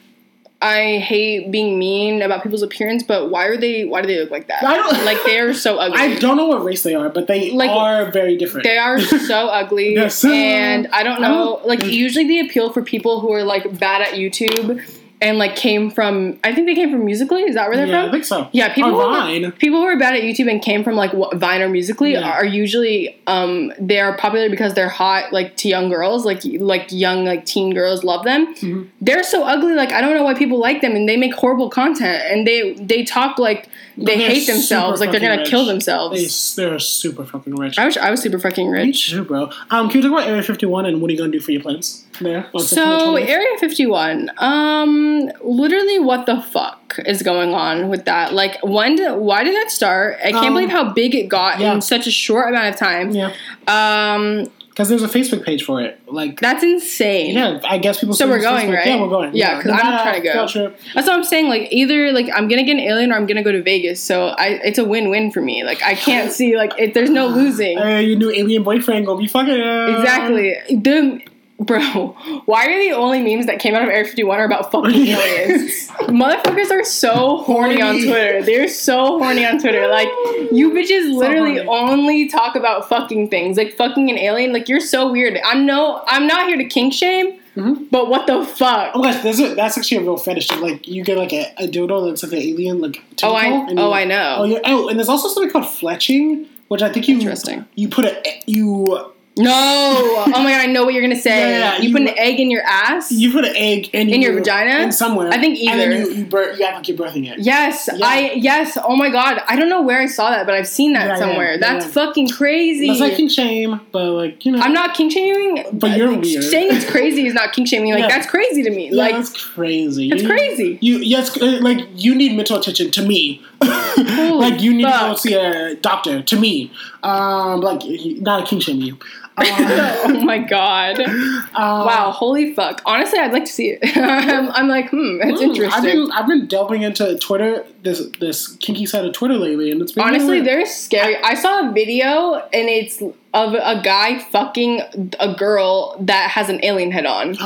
B: I hate being mean about people's appearance, but why are they? Why do they look like that?
A: I don't-
B: like they are so ugly.
A: I don't know what race they are, but they
B: Like,
A: are very different.
B: they are so ugly,
A: They're so-
B: and I don't
A: I
B: know.
A: don't- Mm.
B: like usually, the appeal for people who are like bad at YouTube and like came from, I think they came from Musically. Is that where they're
A: yeah, I
B: from?
A: think so.
B: Yeah, people
A: Or
B: who are-
A: Vine.
B: people who are bad at YouTube and came from like wh- Vine or Musically
A: Yeah.
B: are usually um they are popular because they're hot like to young girls like like young like teen girls love them.
A: Mhm.
B: They're so ugly like I don't know why people like them and they make horrible content and they they talk like they
A: they're
B: hate themselves
A: super
B: like they're gonna
A: fucking
B: kill
A: rich.
B: themselves.
A: They, they're super fucking rich.
B: I wish I was super fucking
A: Me
B: rich.
A: too, bro. Um, can we talk about Area 51 and what are you gonna do for your plans there? on
B: So
A: September 20th?
B: Area 51, um, literally what the fuck is going on with that? Like when did, why did that start? I can't
A: Um,
B: believe how big it got
A: yeah.
B: in such a short amount of time.
A: yeah,
B: Um,
A: because there's a Facebook page for it. Like,
B: That's insane.
A: yeah, I guess people.
B: So
A: see
B: we're
A: this
B: going,
A: Facebook-
B: right?
A: Yeah, we're going.
B: Yeah, 'cause I'm
A: Nevada,
B: trying to go.
A: field trip.
B: That's what I'm saying. Like either like I'm gonna get an alien or I'm gonna go to Vegas. So I it's a win win for me. Like I can't see like it, there's no losing.
A: Hey, your new alien boyfriend gonna be fucking.
B: Exactly. Um, The bro, why are the only memes that came out of Area 51 are about fucking aliens? Motherfuckers are so horny on
A: Horny.
B: Twitter. They're so horny on Twitter. Like you bitches literally
A: horny.
B: only talk about fucking things. Like fucking an alien. Like you're so weird. I'm no I'm not here to kink shame,
A: Mhm.
B: but what the fuck?
A: Oh my gosh, that's, a, that's actually a real fetish. Like you get like a, a dildo that's like an alien, like
B: Oh, I-
A: tentacle, and
B: oh,
A: you-
B: I know.
A: Oh, yeah. oh, and there's also something called fletching, which I think you
B: Interesting.
A: You put a you
B: No. oh my god, I know what you're gonna say.
A: Yeah, yeah,
B: you,
A: you-
B: put an egg in your ass.
A: you put an egg in,
B: In
A: you-
B: your vagina?
A: in somewhere.
B: I think
A: And then
B: either.
A: you you, birth, you act like you're birthing it.
B: yes,
A: Yeah.
B: I yes. Oh my god, I don't know where I saw that, but I've seen that
A: Yeah, yeah,
B: somewhere.
A: yeah,
B: That's
A: yeah.
B: fucking crazy.
A: That's like king shame, but like you know.
B: I'm not kink shaming,
A: But you're weird.
B: Saying it's crazy is not kink shaming. Like
A: Yeah.
B: that's crazy to me.
A: Yeah,
B: like
A: that's crazy.
B: that's
A: You-
B: crazy.
A: You yes, uh, like you need mental attention to me. like you need to go
B: fuck.
A: see a doctor to me. Um, like not a king shame you. Um,
B: oh my god!
A: um,
B: Wow, holy fuck! Honestly, I'd like to see it. I'm, I'm like, hmm, that's
A: mm, I've
B: interesting.
A: been I've been delving into Twitter this this kinky side of Twitter lately, and it's been
B: Honestly,
A: really weird.
B: they're scary. I saw a video and it's of a guy fucking a girl that has an alien head on.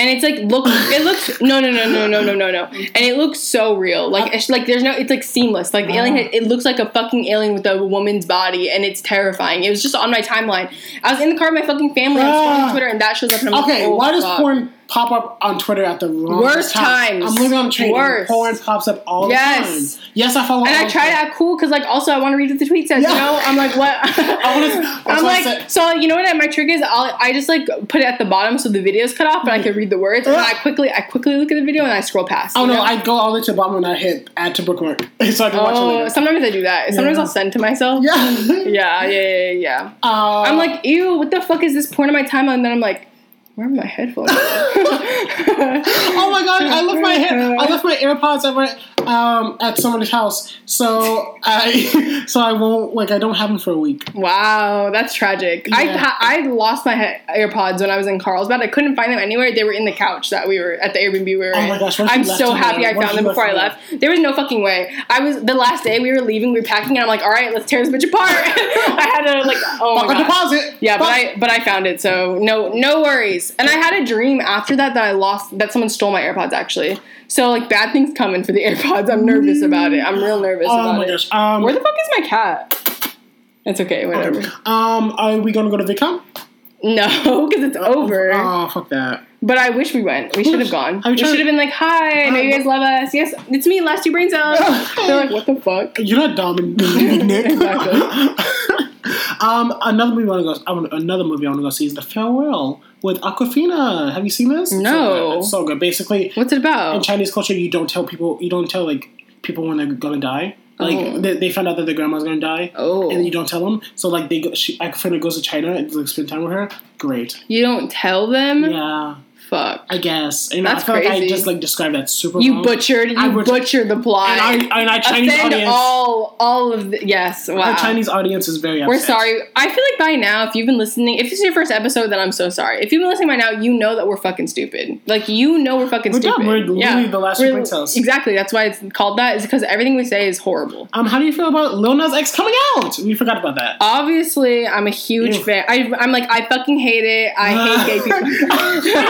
B: and it's like look it looks no no no no no no no no and it looks so real like it's like there's no it's like seamless like the alien
A: Oh.
B: had, it looks like a fucking alien with a woman's body and it's terrifying it was just on my timeline I was in the car with my fucking family I was scrolling
A: Bruh.
B: Twitter and that shows up and I'm
A: Okay,
B: like, oh,
A: why does
B: fuck.
A: porn pop up on Twitter at the wrong
B: Worst times.
A: I'm looking on Trading.
B: Worst.
A: Porn pops up all
B: Yes.
A: the time. Yes, I follow.
B: and I try to act cool because, like, also I want to read what the tweet says.
A: Yeah.
B: You know, I'm like, what?
A: I wanna- that's
B: I'm
A: why I
B: like,
A: said-
B: so you know what? My trick is, I'll, I just like put it at the bottom so the video's cut off, but I can read the words, and then I quickly, I quickly look at the video and I scroll past.
A: Oh
B: you
A: no,
B: know?
A: I go all the way to the bottom and I hit add to bookmark so I can watch it
B: Oh,
A: later.
B: sometimes I do that. Sometimes
A: Yeah.
B: I'll send to myself.
A: yeah.
B: Yeah, yeah, yeah, yeah. yeah.
A: Uh,
B: I'm like, ew, what the fuck is this porn on my timeline? And then I'm like, where are my headphones?
A: oh my god, I left my hair, I left my AirPods at my, um at somebody's house, so I so I won't like I don't have them for a week.
B: Wow, that's tragic. I
A: Yeah.
B: ha- I lost my he- AirPods when I was in Carlsbad. I couldn't find them anywhere. They were in the couch that we were at the Airbnb we were
A: Oh
B: in.
A: my gosh, what if
B: I'm
A: you left
B: so
A: them
B: happy
A: there?
B: I
A: What if
B: found
A: you
B: them before I
A: left
B: left. There was no fucking way. I was the last day we were leaving, we were packing, and I'm like, all right, let's tear this bitch apart. I had to like, oh
A: Fuck
B: my
A: a
B: god.
A: deposit.
B: Yeah, but
A: Fuck.
B: I but I found it, so no no worries. And I had a dream after that that I lost that someone stole my AirPods actually. So like bad things coming for the AirPods. I'm nervous about it. I'm real nervous
A: Oh
B: about
A: my
B: it.
A: gosh. Um,
B: Where the fuck is my cat? It's okay, whatever.
A: um, are we gonna go to VidCon?
B: No, because it's over.
A: Oh fuck that.
B: but I wish we went. We should have gone.
A: I'm
B: We should
A: trying- Oh.
B: have been like, "Hi, I know you guys love us. Yes, it's me, Last Two Brain Cells." They're like, "What the fuck?"
A: You're not dumb and Nick.
B: Exactly.
A: um, another movie I want to go. I wanna- another movie I want to go see is The Farewell with Aquafina. Have you seen this? It's so
B: No.
A: good. It's so good. Basically,
B: What's it
A: in
B: about?
A: Chinese culture, you don't tell people. You don't tell like people when they're gonna die. Like
B: Oh.
A: they, they found out that their grandma's gonna die,
B: Oh,
A: and you don't tell them. So like they go, she Aquafina goes to China and like spend time with her. Great.
B: you don't tell them.
A: Yeah,
B: Fuck.
A: I guess. You know,
B: That's
A: I feel like I
B: crazy.
A: just like described that super.
B: You
A: well.
B: butchered. You
A: I butchered-
B: butchered the plot.
A: And I and I Chinese
B: Offend
A: audience.
B: all all of the yes. Wow.
A: Our Chinese audience is very.
B: We're
A: upset.
B: sorry. I feel like by now, if you've been listening, if this is your first episode, then I'm so sorry. If you've been listening by now, you know that we're fucking stupid. Like you know we're fucking
A: We're dumb.
B: stupid.
A: We're literally the last
B: We're-
A: Prince House.
B: Exactly. That's why it's called that. Is because everything we say is horrible.
A: Um, how do you feel about Lil Nas X coming out? We forgot about that.
B: Obviously, I'm a huge
A: Ew.
B: fan. I, I'm like I fucking hate it. I hate gay people.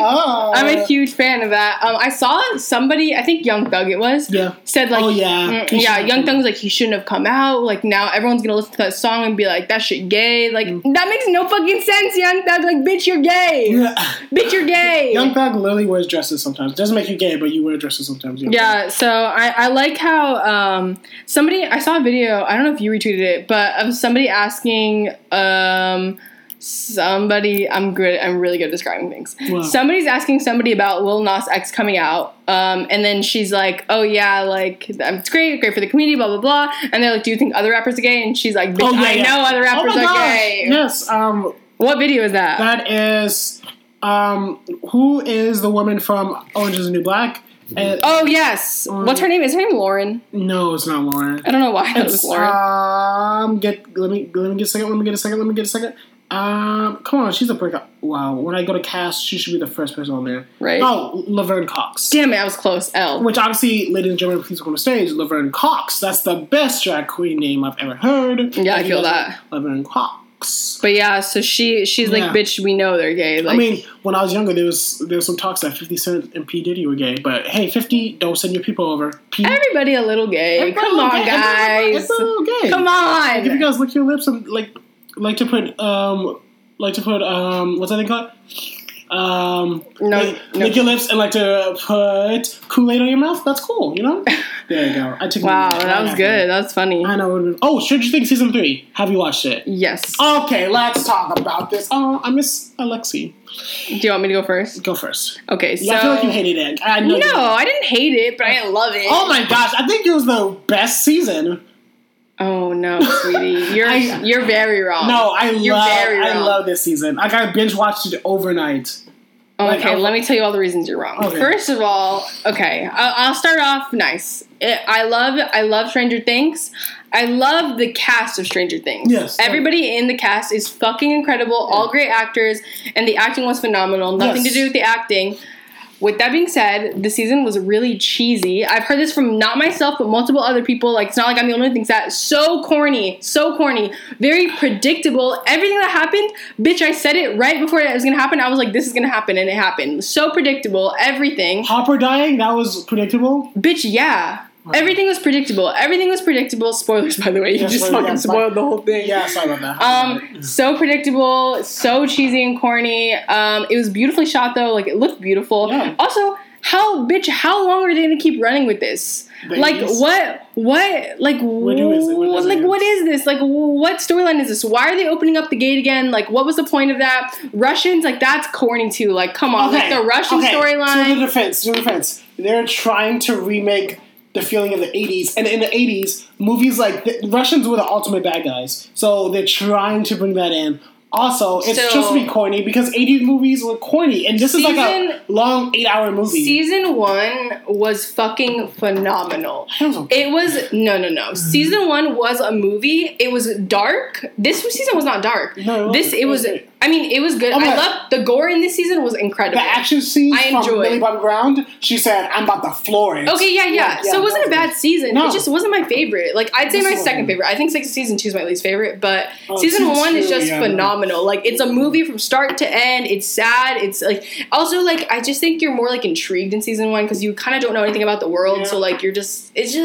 A: oh,
B: I'm a huge fan of that. Um, I saw somebody, I think Young Thug it was,
A: yeah.
B: said like
A: oh yeah,
B: Mm, yeah, Young Thug was like, he shouldn't have come out. Like now, everyone's gonna listen to that song and be like, that shit gay. Like
A: Mm.
B: that makes no fucking sense, Young Thug. Like, bitch, you're gay.
A: Yeah.
B: Bitch, you're gay.
A: Young Thug literally wears dresses sometimes. Doesn't make you gay, but you wear dresses sometimes. Young Thug.
B: yeah, so I, I like how um, somebody I saw a video. I don't know if you retweeted it, but of somebody asking um, somebody. I'm good. I'm really good at describing things.
A: Wow.
B: Somebody's asking somebody about Lil Nas X coming out, um, and then she's like, "Oh yeah, like um, it's great, great for the community, blah blah blah." And they're like, "Do you think other rappers are gay?" And she's like, "Bitch,
A: Oh, yeah,
B: I
A: yeah.
B: know other
A: Oh
B: rappers
A: my
B: are
A: gosh.
B: gay."
A: Yes. Um,
B: What video is that?
A: that is um, who is the woman from Orange Is the New Black? And-
B: oh yes, what's her
A: Um,
B: name? Is her name Lauren?
A: No, it's not Lauren.
B: I don't know why that was Lauren.
A: uh, Um, get let me let me get a second. Let me get a second. Let me get a second. Um, come on, she's a breakup. Wow, when I go to cast, she should be the first person on there.
B: right?
A: Oh, Laverne Cox.
B: Damn it, I was close. L.
A: Which obviously, ladies and gentlemen, please welcome to stage Laverne Cox. That's the best drag queen name I've ever heard.
B: Yeah, I
A: If you
B: feel
A: guys-
B: that.
A: Laverne Cox.
B: But yeah, so she she's like,
A: Yeah.
B: bitch, we know they're gay. Like,
A: I mean, when I was younger, there was there was some talks that Fifty Cent and P Diddy were gay, but hey, Fifty, don't send your people over. P.
B: everybody a little gay.
A: everybody
B: Come
A: a little
B: on,
A: gay, everybody-
B: guys.
A: everybody a little gay.
B: Come on.
A: Like, if you guys lick your lips and like like to put um like to put um what's that thing called? Um,
B: No,
A: lick,
B: no.
A: lick your lips and like to put Kool Aid on your mouth. That's cool, you know. there you go. I took.
B: wow, that was good. That was funny.
A: I know. it would've been- Oh, Stranger Things season three. Have you watched it?
B: Yes.
A: Okay, let's talk about this. Oh, I miss Alexi.
B: Do you want me to go first?
A: Go first.
B: Okay, so
A: Yeah, I feel like you hated it. I know.
B: no,
A: you did.
B: I didn't hate it, but I didn't love it.
A: Oh my gosh! I think it was the best season.
B: Oh no, sweetie, you're
A: I-
B: you're very wrong.
A: No, I
B: You're
A: love.
B: very
A: I
B: wrong.
A: love this season. Like I binge watched it overnight. like,
B: Okay,
A: I'll-
B: let me tell you all the reasons you're wrong.
A: Okay.
B: First of all, okay, I'll, I'll start off nice. It, I love I love Stranger Things. I love the cast of Stranger Things.
A: Yes.
B: everybody in the cast is fucking incredible. All great actors, and the acting was phenomenal. Nothing
A: Yes.
B: to do with the acting. With that being said, the season was really cheesy. I've heard this from not myself, but multiple other people. Like, it's not like I'm the only one who thinks that. So corny, so corny, very predictable. Everything that happened, bitch, I said it right before it was gonna happen. I was like, this is gonna happen, and it happened. So predictable, everything.
A: Hopper dying, that was predictable.
B: Bitch, yeah. Everything was predictable. Everything was predictable. Spoilers, by the way. You
A: Yeah,
B: just
A: spoiler-
B: fucking
A: yeah,
B: spoiled the whole thing.
A: Yeah, sorry about that.
B: Um, so predictable, so cheesy and corny. Um, it was beautifully shot though. Like it looked beautiful.
A: Yeah.
B: Also, how bitch? How long are they gonna keep running with this?
A: They
B: like
A: just-
B: what? What? Like
A: do is it? What
B: wh-
A: does it
B: like
A: mean?
B: what is this? Like wh- what storyline is this? Why are they opening up the gate again? Like what was the point of that? Russians? Like that's corny too. Like come on, like the Russian
A: okay, To the
B: storyline.
A: defense, to the defense. They're trying to remake the feeling of the 80s. And in the 80s, movies like the Russians were the ultimate bad guys. So they're trying to bring that in. Also, it's
B: So-
A: just be corny because 80s movies were corny. And this is
B: Season-
A: like a long eight hour movie.
B: Season one was fucking phenomenal.
A: That was okay.
B: It was no, no,
A: Mm-hmm.
B: no. Season one was a movie. It was dark. This season was not dark.
A: No, it
B: this
A: wasn't.
B: it
A: It
B: was.
A: was great.
B: I mean, it was good.
A: my-
B: I love the gore in this season was incredible.
A: the action scene
B: I
A: from
B: enjoyed.
A: Millie Bobby Brown, she said, I'm about to floor it.
B: Okay, yeah, yeah.
A: yeah,
B: so it wasn't a
A: that was
B: bad season.
A: No.
B: It just wasn't my favorite. Like I'd say
A: This
B: my
A: is
B: second
A: okay.
B: favorite. I think six season two is my least favorite, but
A: Oh,
B: season
A: season
B: one is
A: two,
B: just
A: yeah, no.
B: phenomenal. Like it's a movie from start to end. It's sad. It's like also like I just think you're more like intrigued in season one because you kind of don't know anything about the world.
A: Yeah.
B: So like you're just it's just.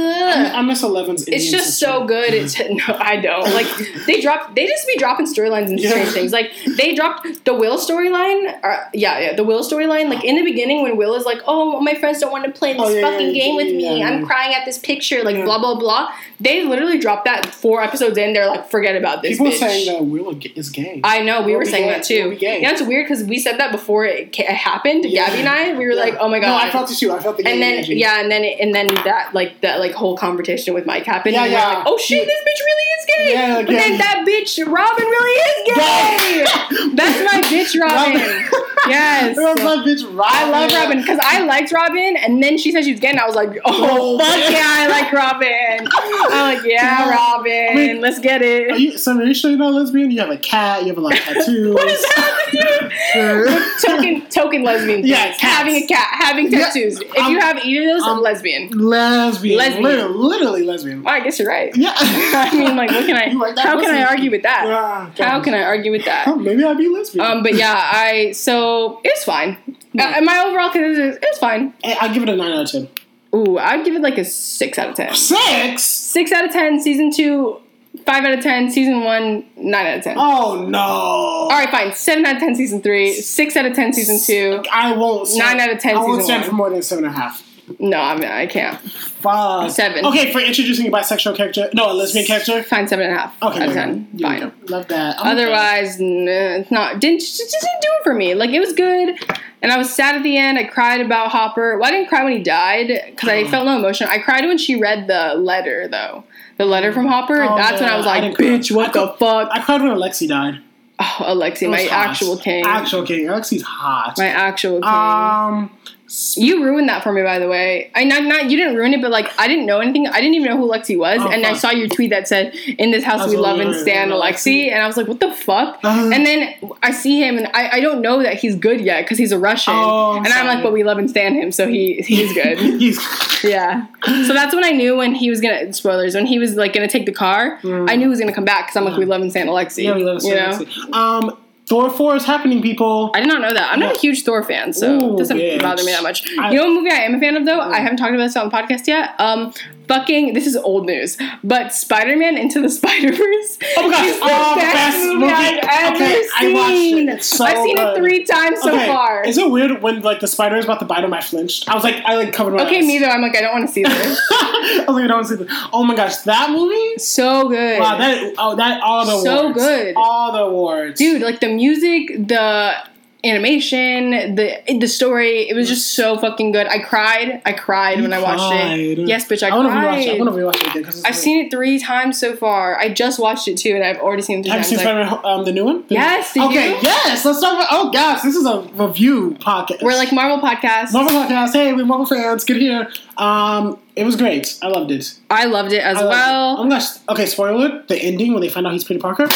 A: I miss 11's.
B: It's
A: Indian
B: just
A: sister.
B: so good. It's no, I don't like. They drop. They just be dropping storylines and
A: Yeah.
B: strange things. Like they dropped the Will storyline. Uh, yeah, yeah, the Will storyline. Like in the beginning, when Will is like, "Oh, my friends don't want to play this
A: Oh, yeah, yeah,
B: fucking
A: yeah,
B: game with me.
A: yeah.
B: I'm crying at this picture." Like
A: Yeah.
B: blah blah blah. They literally dropped that four episodes in. They're like, "Forget about this."
A: People are
B: bitch.
A: saying that Will is gay.
B: I know we
A: We'll
B: were
A: be
B: saying
A: gay.
B: that too.
A: We'll be gay.
B: yeah, it's weird because we said that before it, ca- it happened.
A: Yeah.
B: Gabby and I, we were
A: Yeah.
B: like, "Oh my god!"
A: No, I felt it too. I felt the gay
B: and then
A: energy.
B: yeah, and then and then that like that like whole conversation with Mike happened.
A: Yeah,
B: and we're
A: yeah.
B: like, oh shit, this bitch really is gay.
A: Yeah, like,
B: but
A: yeah.
B: then that bitch Robin really is gay. That's my bitch Robin.
A: Robin.
B: yes.
A: It was my bitch Robin.
B: I love Robin because I liked Robin, and then she said she was gay, and I was like, "Oh,
A: Oh,
B: fuck
A: man.
B: yeah, I like Robin." I'm like, "Yeah,
A: Yeah.
B: Robin,
A: I mean,
B: let's get
A: Are
B: it."
A: you, so are you sure you're not lesbian? You have a cat. You have a lot of tattoos.
B: What does that have to do?
A: that?
B: Token, token lesbian.
A: Yeah,
B: things.
A: cats.
B: having a cat, having
A: Yeah, Um,
B: tattoos. If
A: I'm-
B: you have either of those, I'm
A: I'm-
B: lesbian.
A: lesbian.
B: Lesbian.
A: Literally, literally lesbian.
B: I guess you're right.
A: Yeah.
B: I mean, like, what can I?
A: You like that
B: how can I
A: pussy?
B: argue with that?
A: Yeah,
B: How can I argue with that?
A: Oh, maybe I'd be lesbian.
B: Um, but yeah, I so it's fine. Uh, and my overall consensus it's fine.
A: I, I give it a nine out of ten.
B: Ooh, I'd give it like a six out of ten.
A: Six.
B: Six out of ten. Season two, five out of ten. Season one, nine out of ten.
A: Oh no. All
B: All right, fine. Seven out of ten. Season three. Six out of ten. Season two.
A: I won't. stand-
B: Nine out of ten,
A: I won't
B: season
A: stand
B: one.
A: for more than seven and a half.
B: No, I mean I can't.
A: Fuck.
B: Seven.
A: Okay, for introducing a bisexual character, no, a lesbian character.
B: Fine, seven and a half
A: Okay,
B: out of
A: there
B: ten.
A: you go.
B: Fine.
A: There you go. Love that. I'm okay.
B: Otherwise, n- it's not didn't just just didn't do it for me. Like it was good, and I was sad at the end. I cried about Hopper. Well, I didn't cry when he died because
A: Mm.
B: I felt no emotion. I cried when she read the letter though. The letter from Hopper.
A: Oh,
B: That's when I was
A: yeah, I
B: like,
A: didn't cry.
B: "Bitch, what
A: I
B: the fuck?"
A: I cried when Alexi died.
B: oh, Alexi,
A: It was
B: my
A: hot.
B: actual king.
A: Actual king. Alexi's hot.
B: my actual king.
A: Um,
B: you ruined that for me, by the way. I not not you didn't ruin it, but like I didn't know anything. I didn't even know who Alexi was,
A: Oh,
B: and I
A: fuck.
B: saw your tweet that said, "In this house,
A: That's
B: we
A: what
B: love
A: we
B: and
A: are,
B: stand
A: yeah,
B: Alexi," and I was like, "What the fuck?"
A: Uh-huh.
B: And then I see him, and I, I don't know that he's good yet because he's a Russian,
A: Oh, I'm
B: and I'm
A: sorry.
B: like, "But we love and stand him, so he he's good."
A: he's
B: yeah. So that's when I knew when he was gonna spoilers when he was like gonna take the car. I knew he was gonna come back because I'm like, "We love and stand Alexi."
A: Mm. yeah, we love
B: you know?
A: Alexi. Um, Thor four is happening, people.
B: I did not know that. I'm not a huge Thor fan, so
A: Ooh,
B: it doesn't
A: bitch.
B: bother me that much.
A: I-
B: you know what movie I am a fan of though? I haven't talked about this on the podcast yet. Um fucking this is old news. But Spider-Man into the Spider-Verse.
A: Oh my gosh!
B: is the
A: oh,
B: best, movie, I've ever
A: okay,
B: seen.
A: I watched it. It's so
B: I've seen
A: good.
B: it three times so
A: Okay,
B: far.
A: Is it weird when like the spider is about to bite him? I flinched. I was like, I like covered my
B: Okay,
A: eyes.
B: me though. I'm like, I don't want to see this.
A: I was like, I don't see this. Oh my gosh, that movie!
B: so good.
A: Wow, that oh that all the
B: So
A: awards,
B: good.
A: all the awards,
B: Dude, like the music, the animation, the the story, it was just so fucking good. I cried. I cried when I watched it.
A: cried.
B: Yes, bitch, I,
A: I want to
B: cried.
A: rewatch it. I want to rewatch it again because
B: I've seen it three times so far. I just watched it too, and I've already seen it three
A: Have you
B: times.
A: seen
B: Like,
A: Spider-Man, um, the new one? The-
B: Yes, did
A: Okay.
B: you?
A: Yes. Let's talk about. Oh gosh, this is a review podcast.
B: We're like Marvel podcast.
A: Marvel podcast. Hey, we Marvel fans. Good here. Um, it was great. I loved it.
B: I loved it as
A: I loved
B: well.
A: it. Oh my gosh. Okay, spoiler. alert, The ending when they find out he's Peter Parker.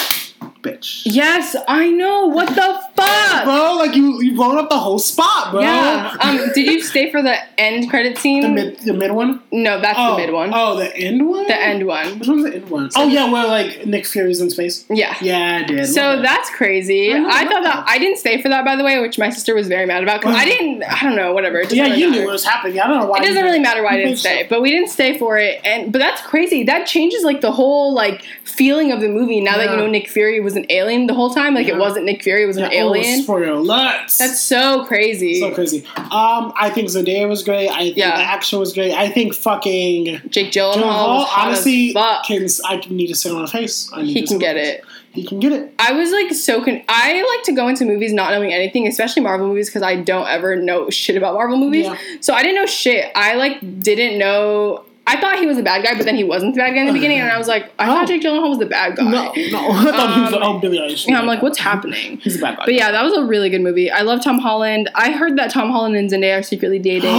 A: Bitch.
B: yes, I know. What the fuck?
A: Bro, like you, you blown up the whole spot, bro.
B: Yeah. Um, did Did you stay for the end credit scene?
A: the mid the mid one?
B: no, that's
A: oh,
B: the mid one.
A: Oh, the end one.
B: The end one.
A: Which one's the end one? Oh yeah, where like Nick Fury's in space.
B: Yeah.
A: Yeah, I did.
B: So
A: Love that.
B: that's crazy.
A: I know,
B: I,
A: I
B: thought
A: know.
B: that I didn't stay for that, by the way, which my sister was very mad about because I didn't. I don't know, whatever. It doesn't
A: yeah,
B: really
A: you
B: matter.
A: knew what was happening. I don't know why.
B: It
A: you
B: doesn't really matter why I
A: You
B: didn't
A: think so.
B: stay, but we didn't stay for it. And but that's crazy. That changes like the whole like feeling of the movie. Now that you
A: Yeah.
B: know Nick Fury was an alien the whole time, like it
A: Yeah.
B: wasn't Nick Fury, it was
A: Yeah,
B: an
A: oh,
B: alien.
A: spoiler alert.
B: that's so crazy.
A: so crazy. Um, I think Zendaya was great. I think
B: Yeah.
A: the action was great. I think fucking
B: Jake Gyllenhaal,
A: John
B: was
A: Hall
B: hot
A: honestly
B: as fuck.
A: can I need to sit on her face. I need
B: he
A: to
B: can
A: sit on
B: get
A: her face.
B: it.
A: He can get it.
B: I was like so con- I like to go into movies not knowing anything, especially Marvel movies because I don't ever know shit about Marvel movies.
A: Yeah.
B: So I didn't know shit. I like didn't know. I thought he was a bad guy, but then he wasn't the bad guy in the beginning, and I was like, I thought
A: Oh.
B: Jake Gyllenhaal was the bad guy.
A: No, no. I thought he was
B: Um,
A: like, oh, Billy Eilish.
B: Yeah, I'm like, what's happening?
A: He's a bad guy.
B: But yeah, that was a really good movie. I love Tom Holland. I heard that Tom Holland and Zendaya are secretly dating.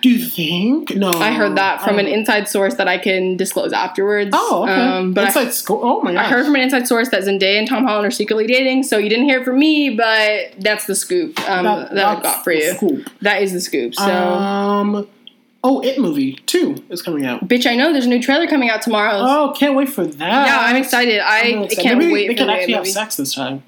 A: Do you think? No. Um,
B: I heard that from an inside source that I can disclose afterwards.
A: Oh, okay.
B: Um, but I-
A: it's like school. Oh my god.
B: I heard from an inside source that Zendaya and Tom Holland are secretly dating, so you didn't hear it from me, but that's the scoop um, that, I got for you.
A: Cool.
B: That is the scoop. So,
A: Um. Oh, it movie two is coming out.
B: bitch, I know there's a new trailer coming out tomorrow.
A: Oh, can't wait for that.
B: yeah, I'm excited. I
A: I'm excited.
B: can't
A: Maybe
B: wait
A: They
B: for
A: can
B: the
A: actually have
B: movie.
A: sex this time.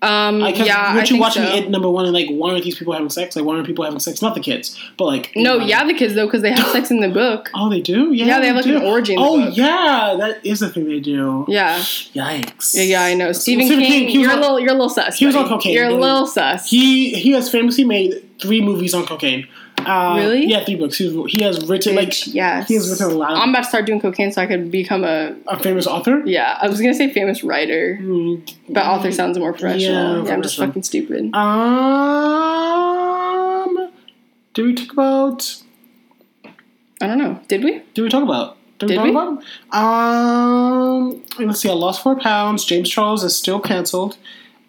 B: Um,
A: Like, 'cause
B: yeah, I
A: weren't you
B: think
A: watching
B: so.
A: it number one and like, why aren't these people having sex? Like, why aren't people having sex? Not the kids, but like.
B: No,
A: you know.
B: yeah, the kids though, because they have sex in the book.
A: Oh, they do. Yeah,
B: Yeah, they have, like,
A: do.
B: an orgy in the
A: Oh
B: book.
A: yeah, that is the thing they do.
B: Yeah,
A: Yikes.
B: yeah, yeah I know. Stephen, King,
A: he was
B: you're a
A: on-
B: little, you're a little sus.
A: he was on
B: buddy.
A: cocaine,
B: You're a
A: really.
B: little sus.
A: He he has famously made three movies on cocaine. Uh,
B: Really?
A: Yeah, three books. He, he has written like
B: Bitch, yes.
A: he has written a lot of-
B: I'm about to start doing cocaine so I could become a
A: a famous author.
B: yeah. I was gonna say famous writer.
A: Mm,
B: But author sounds more professional. Yeah,
A: Yeah,
B: I'm just
A: professional.
B: fucking stupid.
A: Um, did we talk about?
B: I don't know. Did we?
A: Did we talk about?
B: Did
A: talk
B: we?
A: about? Um, let's see. I lost four pounds. James Charles is still canceled.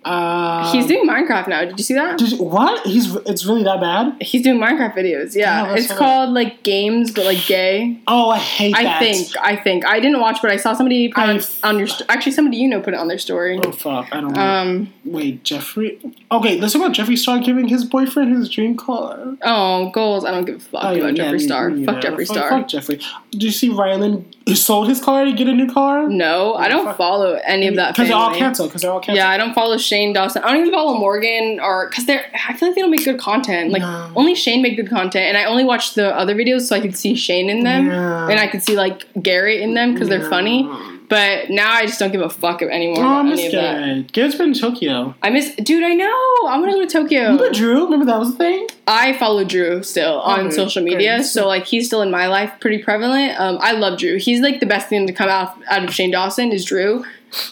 A: Uh,
B: He's doing Minecraft now. Did you see that?
A: Did you- what? He's it's really that bad.
B: He's doing Minecraft videos. Yeah,
A: Yeah, that's
B: it's
A: what I-
B: called like games, but like gay.
A: Oh, I hate
B: I
A: that.
B: think. I think. I didn't watch, but I saw somebody put
A: I-
B: it on your. St- actually, somebody you know put it on their story.
A: Oh fuck! I don't. know.
B: Um.
A: Wait, Jeffrey. Okay, let's talk about Jeffrey Star giving his boyfriend his dream car.
B: Oh, goals. I don't give a fuck
A: Oh, yeah,
B: about Jeffree
A: you-
B: Star.
A: you
B: Fuck
A: know,
B: Jeffree
A: fuck-
B: Star.
A: Fuck Jeffrey. Did you see Rylan sold his car to get a new car?
B: No, I don't
A: fuck-
B: follow any of that.
A: Because they're all
B: family.
A: canceled. Because they're all canceled.
B: Yeah, I don't follow Shane Dawson. I don't even follow Morgan or because they're. I feel like they don't make good content. Like
A: No.
B: only Shane made good content, and I only watched the other videos so I could see Shane in them,
A: Yeah.
B: and I could see like Gary in them because they're
A: Yeah.
B: funny. But now I just don't give a fuck anymore
A: Oh, I
B: about
A: miss
B: any of that.
A: Garrett. Garrett's been in Tokyo.
B: I miss, dude. I know. I want to go to
A: Remember
B: Tokyo.
A: Drew? Remember that was a thing?
B: I follow Drew still on
A: Okay,
B: social media,
A: Mm-hmm. great.
B: so like he's still in my life, pretty prevalent. Um, I love Drew. He's like the best thing to come out out of Shane Dawson is Drew.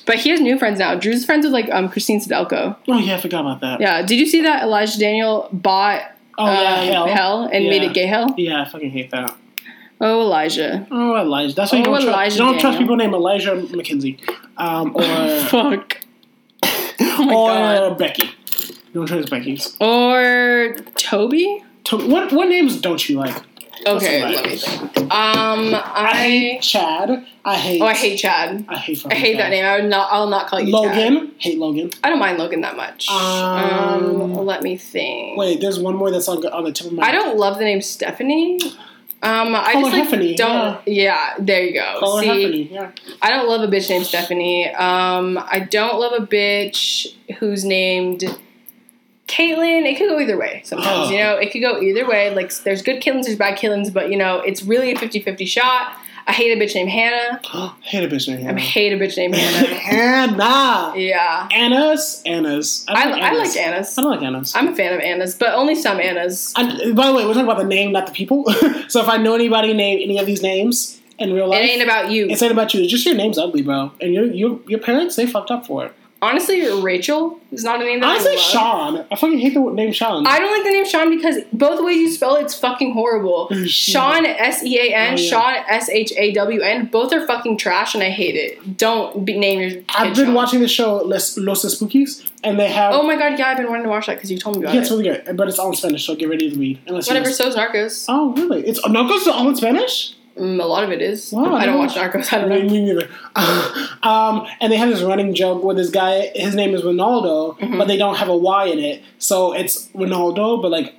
B: But he has new friends now. Drew's friends with like um, Christine Sedelko.
A: Oh, yeah, I forgot about that.
B: Yeah. Did you see that Elijah Daniel bought
A: Oh,
B: um,
A: yeah,
B: hell.
A: hell.
B: and
A: Yeah.
B: made it gay hell?
A: Yeah, I fucking hate that.
B: Oh, Elijah.
A: Oh, Elijah. That's why you
B: Oh,
A: don't, tru-
B: Elijah
A: you don't
B: Daniel.
A: trust people named Elijah McKenzie. Um, or
B: Fuck. Oh my
A: or
B: god.
A: Becky. You don't trust Becky's.
B: Or Toby?
A: To- what, what names don't you like?
B: Okay,
A: That's
B: let me
A: right.
B: think. Um, I,
A: I hate Chad. I hate.
B: oh, I hate Chad.
A: I hate.
B: I
A: fucking
B: hate that
A: Chad.
B: name. I would not. I'll not call you Chad.
A: Logan. Hate Logan.
B: I don't mind Logan that much.
A: Um,
B: Um, let me think.
A: Wait, there's one more that's on, on the tip of my.
B: I don't love the name Stephanie. Um, I
A: Call
B: just
A: her
B: like
A: Heffany,
B: don't. Yeah. there you go.
A: Call her
B: See,
A: Heffany, Yeah.
B: I don't love a bitch named Stephanie. Um, I don't love a bitch who's named Caitlyn. It could go either way sometimes,
A: Ugh.
B: you know? It could go either way. Like, there's good Caitlins, there's bad Caitlins, but, you know, it's really a 50 50 shot. I hate a bitch named Hannah.
A: hate a bitch named
B: I
A: Hannah.
B: hate a bitch named Hannah.
A: Hannah.
B: yeah.
A: Annas. Annas.
B: I,
A: don't
B: I
A: Annas.
B: like Anna's.
A: I don't like Annas.
B: I'm a fan of Anna's, but only some Anna's.
A: And, by the way, we're talking about the name, not the people. so if I know anybody named any of these names in real
B: It
A: life,
B: ain't about you.
A: it's ain't about you. It's just your name's ugly, bro. And your your, your parents, they fucked up for it.
B: Honestly, Rachel is not a name that I
A: Honestly,
B: love.
A: Sean. I fucking hate the name Sean.
B: I don't like the name Sean because both ways you spell it's fucking horrible. Sean S E A N,
A: Oh, yeah.
B: Sean S H A W N, both are fucking trash and I hate it. Don't be, name your. Kid
A: I've been
B: Sean.
A: watching the show Los, Los Spookies, and they have.
B: Oh my god, yeah, I've been wanting to watch that because you told me about
A: yeah, it's
B: it.
A: really good, but it's all in Spanish, so get ready to read. Unless you
B: Whatever,
A: miss-
B: so's Narcos.
A: Oh, really? It's Narcos is all in Spanish?
B: Mm, a lot of it is.
A: Oh. Wow,
B: I
A: I
B: don't
A: don't
B: watch Narcos. I don't
A: Me,
B: know.
A: me neither. um, and they have this running joke where this guy, his name
B: Mm-hmm.
A: is Ronaldo, but they don't have a Y in it, so it's Ronaldo, but like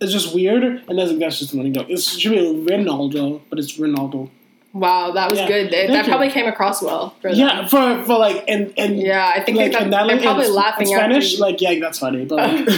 A: It's just weird, and doesn't that's just the money though. It should be Ronaldo, but it's Ronaldo.
B: Wow, that was
A: Yeah.
B: good. That,
A: Thank
B: that
A: you.
B: probably came across well. For them.
A: Yeah, for for like and and
B: Yeah, I think
A: like
B: they thought,
A: and that
B: they're
A: like
B: probably
A: in,
B: laughing
A: in
B: at
A: Spanish.
B: you.
A: Like yeah, that's funny, but like, but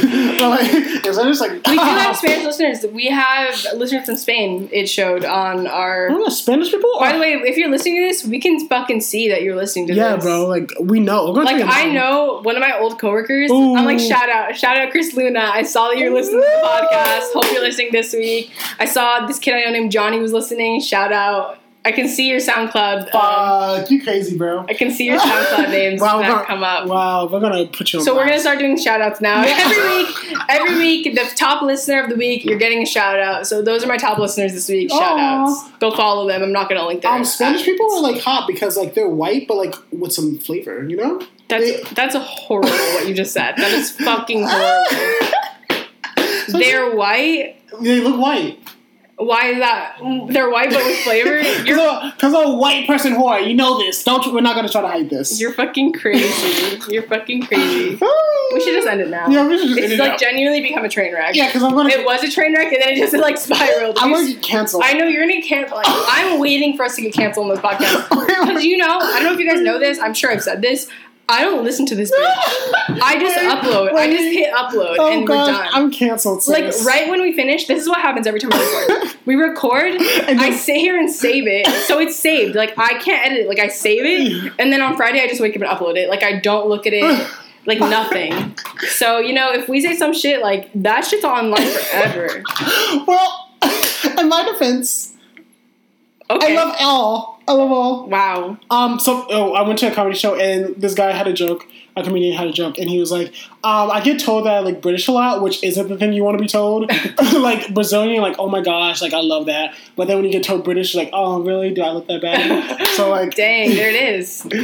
A: like it's just like ah,
B: We do have Spanish listeners. We have listeners from Spain. It showed on our.
A: We're not Spanish people.
B: By the way, if you're listening to this, we can fucking see that you're listening to
A: yeah,
B: this.
A: bro. Like we know. We're gonna
B: Like
A: tell you
B: I
A: now.
B: know one of my old coworkers.
A: Ooh.
B: I'm like shout out, shout out Chris Luna. I saw that you're listening to the
A: Woo!
B: podcast. Hope you're listening this week. I saw this kid I know named Johnny was listening. Shout out. I can see your SoundCloud. um,
A: Fuck, you crazy, bro.
B: I can see your SoundCloud names
A: Wow, we're
B: that
A: gonna-
B: come up.
A: Wow, we're gonna put you on.
B: So we're gonna
A: blast.
B: start doing shout outs now. Every week, every week, the top listener of the week, you're getting a shout out. So those are my top listeners this week. Shout outs. Go follow them. I'm not gonna link them.
A: Um, Spanish people are like hot because like they're white, but like with some flavor, you know.
B: That's that's a horrible what you just said. That is fucking horrible.
A: So
B: They're white.
A: they look white.
B: Why is that? They're white but with flavor.
A: Because a, 'cause a white person whore, you know this. Don't we're not gonna try to hide this. Ah.
B: You're fucking crazy. You're fucking crazy. We should just end it now.
A: Yeah, we should just
B: It's
A: end it
B: like
A: now.
B: genuinely become a train wreck.
A: Yeah, because I'm gonna.
B: It was a train wreck and then it just like spiraled.
A: I'm
B: You
A: gonna get canceled.
B: I know you're gonna cancel. Like, I'm waiting for us to get canceled on this podcast because you know I don't know if you guys know this. I'm sure I've said this. I don't listen to this. Bitch. I just
A: Wait,
B: upload. I just
A: wait.
B: hit upload
A: Oh
B: and
A: gosh,
B: we're done.
A: I'm canceled.
B: like
A: sis.
B: right when we finish, this is what happens every time we record. we record,
A: And
B: I
A: then-
B: sit here and save it, so it's saved. Like I can't edit it. Like I save it, and then on Friday I just wake up and upload it. Like I don't look at it. Like nothing. So you know, if we say some shit, like that shit's online forever.
A: Well, in my defense,
B: Okay.
A: I love all. I love all.
B: wow.
A: Um, so oh, I went to a comedy show and this guy had a joke. A comedian had a joke, and he was like, um, "I get told that I like British a lot, which isn't the thing you want to be told. like Brazilian, like oh my gosh, like I love that. But then when you get told British, like oh really, do I look that bad? so like,
B: Dang, there it is.
A: there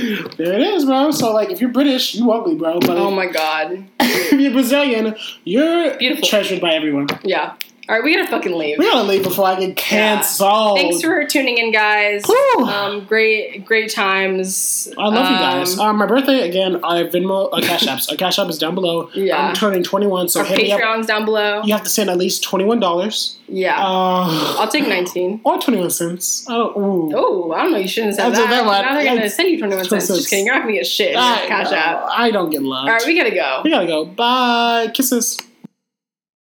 A: it is, bro. So like, if you're British, you ugly, bro. But
B: Oh
A: like,
B: my god.
A: if you're Brazilian, you're
B: Beautiful.
A: treasured by everyone.
B: Yeah. All right, we gotta fucking leave.
A: We gotta leave before I get canceled.
B: Thanks for tuning in, guys.
A: Oh. Whew.
B: Um, great, great times.
A: I love you
B: Um,
A: guys. Um, my birthday again. I have Venmo, uh, Cash Apps. Uh, Cash App is down below.
B: Yeah.
A: I'm turning 21, so
B: Our
A: hit me up.
B: Patreon's down below.
A: You have to send at least $21,
B: Yeah.
A: uh,
B: I'll take 19.
A: or 21 cents. I don't. Ooh.
B: Oh, I don't know. You shouldn't have
A: I'll
B: said
A: take
B: that.
A: that one.
B: Now they're
A: Yeah.
B: gonna send you 21 cents. Just
A: 26.
B: kidding. You're not gonna get shit. in your
A: I,
B: Cash App.
A: I don't get love.
B: All right, we gotta go.
A: we gotta go. Bye. Kisses.